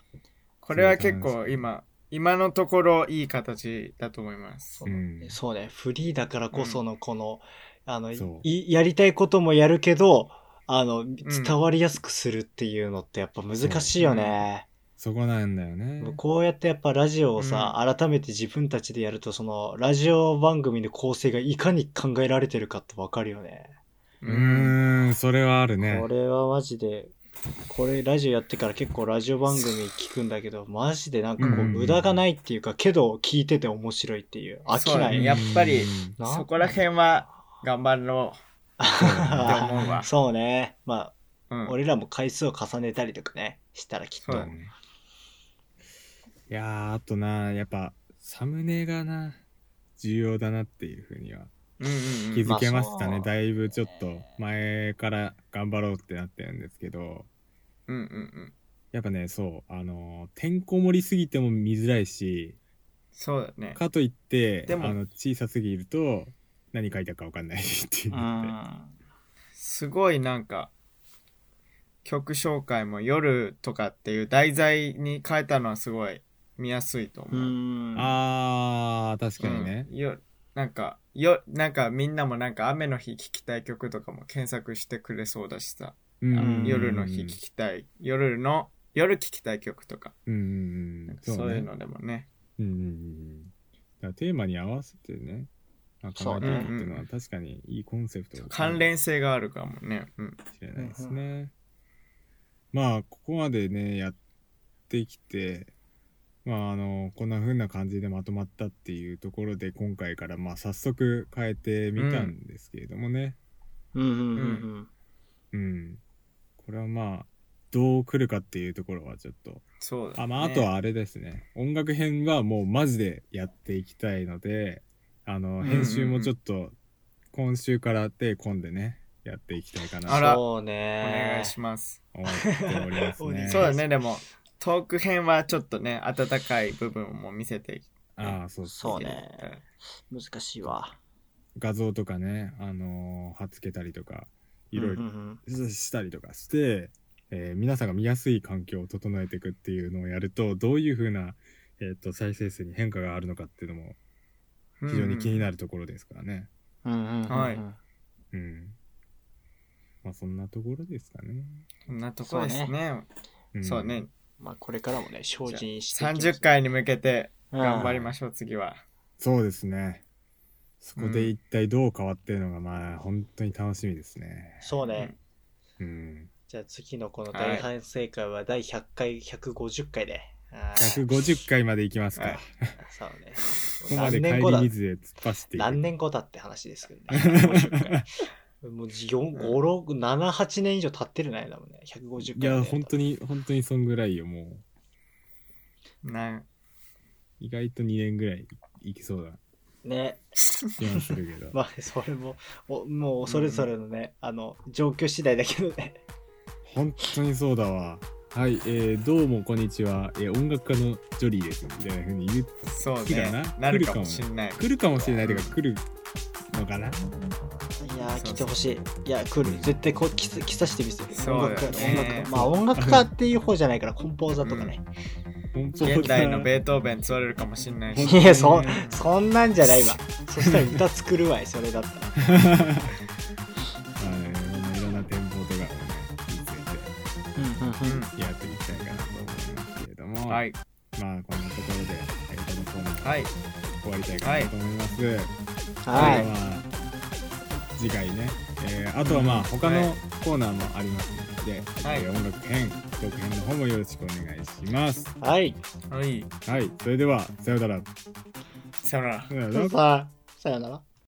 Speaker 2: これは結構今、今のところいい形だと思います
Speaker 3: う。
Speaker 1: ん
Speaker 3: そうね。フリーだからこそのこの、あの
Speaker 1: そう
Speaker 3: い、やりたいこともやるけど、あの、伝わりやすくするっていうのってやっぱ難しいよね。
Speaker 1: そこなんだよね
Speaker 3: こうやってやっぱラジオをさ、改めて自分たちでやると、その、ラジオ番組の構成がいかに考えられてるかってわかるよね。
Speaker 1: うーんそれはあるね
Speaker 3: これはマジで、これラジオやってから結構ラジオ番組聞くんだけど、マジでなんかこう
Speaker 1: うん
Speaker 3: 無駄がないっていうか、けど聞いてて面白いっていう、飽き
Speaker 2: そう
Speaker 3: な
Speaker 2: だ
Speaker 3: い。
Speaker 2: ねやっぱり
Speaker 1: うん
Speaker 3: な
Speaker 2: そこら辺は頑張ろって思うわ
Speaker 3: [laughs] そうね。ま
Speaker 2: う。うん
Speaker 3: あ、俺らも回数を重ねたりとかね、したらきっ
Speaker 2: そう
Speaker 3: と [laughs]
Speaker 2: だ。ね
Speaker 1: いやーあとなやっぱサムネがな重要だなっていうふうには
Speaker 2: うんうん
Speaker 1: 気
Speaker 2: うん
Speaker 1: づけました
Speaker 3: ま
Speaker 1: ね、
Speaker 3: あそう
Speaker 1: だいぶちょっと前から頑張ろうってなってるんですけど
Speaker 2: うんうんうん。
Speaker 1: やっぱねそうあのてんこ盛りすぎても見づらいし
Speaker 2: そうだね。
Speaker 1: かといって
Speaker 2: でも
Speaker 1: あの小さすぎると何書いたか分かんないしっていう
Speaker 3: う
Speaker 1: のって
Speaker 3: ん。
Speaker 2: すごいなんか、曲紹介も夜とかっていう題材に変えたのはすごい見やすいと思
Speaker 3: う
Speaker 2: う。
Speaker 3: ん。
Speaker 1: あー確かにね、
Speaker 2: うんよなんか、よ、なんかみんなもなんか雨の日聴きたい曲とかも検索してくれそうだしさ、
Speaker 1: うん
Speaker 2: あの
Speaker 3: うん
Speaker 2: 夜の日聴きたい、夜の、夜聴きたい曲とか、
Speaker 1: うんう
Speaker 2: な
Speaker 1: ん
Speaker 2: んかそういう
Speaker 1: ね
Speaker 2: のでもね。
Speaker 1: うんうんうんだからテーマに合わせてねまあ考えていくっていうの
Speaker 2: そう
Speaker 1: は
Speaker 2: ね
Speaker 1: 確かにいいコンセプトだと思う
Speaker 2: 関連性があるかもね。うん。
Speaker 1: かもしれないですね。まあここまでねやってきてまああのこんな風な感じでまとまったっていうところで今回からまあ早速変えてみたんですけれどもね、
Speaker 3: うんうんうん
Speaker 1: うんこれはまあどう来るかっていうところはちょっと
Speaker 2: そうだ、ね。
Speaker 1: あまああとはあれですね音楽編はもうマジでやっていきたいのであ
Speaker 2: ん
Speaker 1: の
Speaker 2: うんうん
Speaker 1: 編集もちょっと今週から手込んでねやっていきたいか
Speaker 2: あ
Speaker 1: な
Speaker 2: ら
Speaker 3: そう
Speaker 2: お
Speaker 3: ね
Speaker 2: 願いします。
Speaker 1: と思っております
Speaker 3: お願
Speaker 1: ね。
Speaker 3: い
Speaker 2: そう [laughs] だね、でも、トーク編はちょっとね、温かい部分も見せていき
Speaker 1: ああ、そうそう
Speaker 3: そうね難しいわ
Speaker 1: 画像とかね、あのー貼っつけたりとか、いろい
Speaker 3: うん
Speaker 1: ろ
Speaker 3: うんうん
Speaker 1: したりとかして、えー皆さんが見やすい環境を整えていくっていうのをやると、どういうふうな、えー、と再生数に変化があるのかっていうのも非常に気に
Speaker 2: る。
Speaker 1: なるところですからね。
Speaker 3: うんうんうんうん
Speaker 2: はい
Speaker 1: うん。まあそんなところですかね。
Speaker 2: こんなところですね。
Speaker 1: ん
Speaker 2: そうね。。
Speaker 3: まあこれからもね精進していきます
Speaker 2: 30回に向けて頑張り
Speaker 3: うん
Speaker 2: ましょう、次は。
Speaker 1: そうですね。そこ
Speaker 2: う
Speaker 1: で
Speaker 2: ん
Speaker 1: 一体どう変わってるのが、まあ本当に楽しみですね。
Speaker 3: そうね
Speaker 1: うん。
Speaker 3: じゃあ次のこの大反省会は第100回150回であー
Speaker 1: 150回までいきます
Speaker 2: はい
Speaker 1: か。
Speaker 3: そうね
Speaker 1: [laughs] ここまで
Speaker 3: 何
Speaker 1: 帰
Speaker 3: 年
Speaker 1: り
Speaker 3: 後だ
Speaker 1: 水で突っ走っていく。
Speaker 3: 何年後だって話ですけど
Speaker 1: [laughs]
Speaker 3: ね。150回もう4、5、6、7、8年以上経ってるね、だもんね。150
Speaker 1: い
Speaker 3: 回。
Speaker 1: や、本当に、本当にそんぐらいよ、もう。
Speaker 2: な
Speaker 1: 意外と2年ぐらいいきそうだ
Speaker 3: ね。
Speaker 1: 気はするけど。
Speaker 2: [laughs]
Speaker 3: まあ、それも、おもうそれぞれのね、あの、状況次第だけどね。
Speaker 1: 本当にそうだわ。はい、えー、どうもこんにちは、えー音楽家のジョリーです。みたいな風に言う
Speaker 2: そう
Speaker 1: 好きだ
Speaker 2: ね
Speaker 1: な。
Speaker 2: なるかもしんない。
Speaker 1: 来るかもしれないというか、来るのかな。
Speaker 3: いやー、来てほしい。いや、来る。絶対こう来さ、来さしてみせる。
Speaker 2: そうだよね
Speaker 3: 音楽家、音楽家。まあ、音楽家っていう方じゃないから、コンポーザーとかね。
Speaker 1: 本当だ
Speaker 2: 現代のベートーベン釣られるかもしんないし。
Speaker 3: いや、そ、そんなんじゃないわ。そしたら歌作るわい、それだったら。
Speaker 1: はいまあいろんな展望とかをね、見つ
Speaker 2: う
Speaker 3: うん
Speaker 1: けてやっていきたいかなと思いますけれども、
Speaker 2: はい。
Speaker 1: まあこんなところで、えー、このコーナー
Speaker 2: はい。
Speaker 1: 終わりたいかなと思います。
Speaker 3: ん。はい。
Speaker 1: まあ次回ね、えーあとはまあ他
Speaker 2: は
Speaker 1: の
Speaker 2: い
Speaker 1: コーナーもありますので、
Speaker 2: はい
Speaker 1: えー音楽編トーク編の方もよろしくお願いします
Speaker 3: はい。
Speaker 2: はい。
Speaker 1: はいそれではさようなら
Speaker 2: さよなら。
Speaker 1: さようなら
Speaker 3: さあ、さよなら。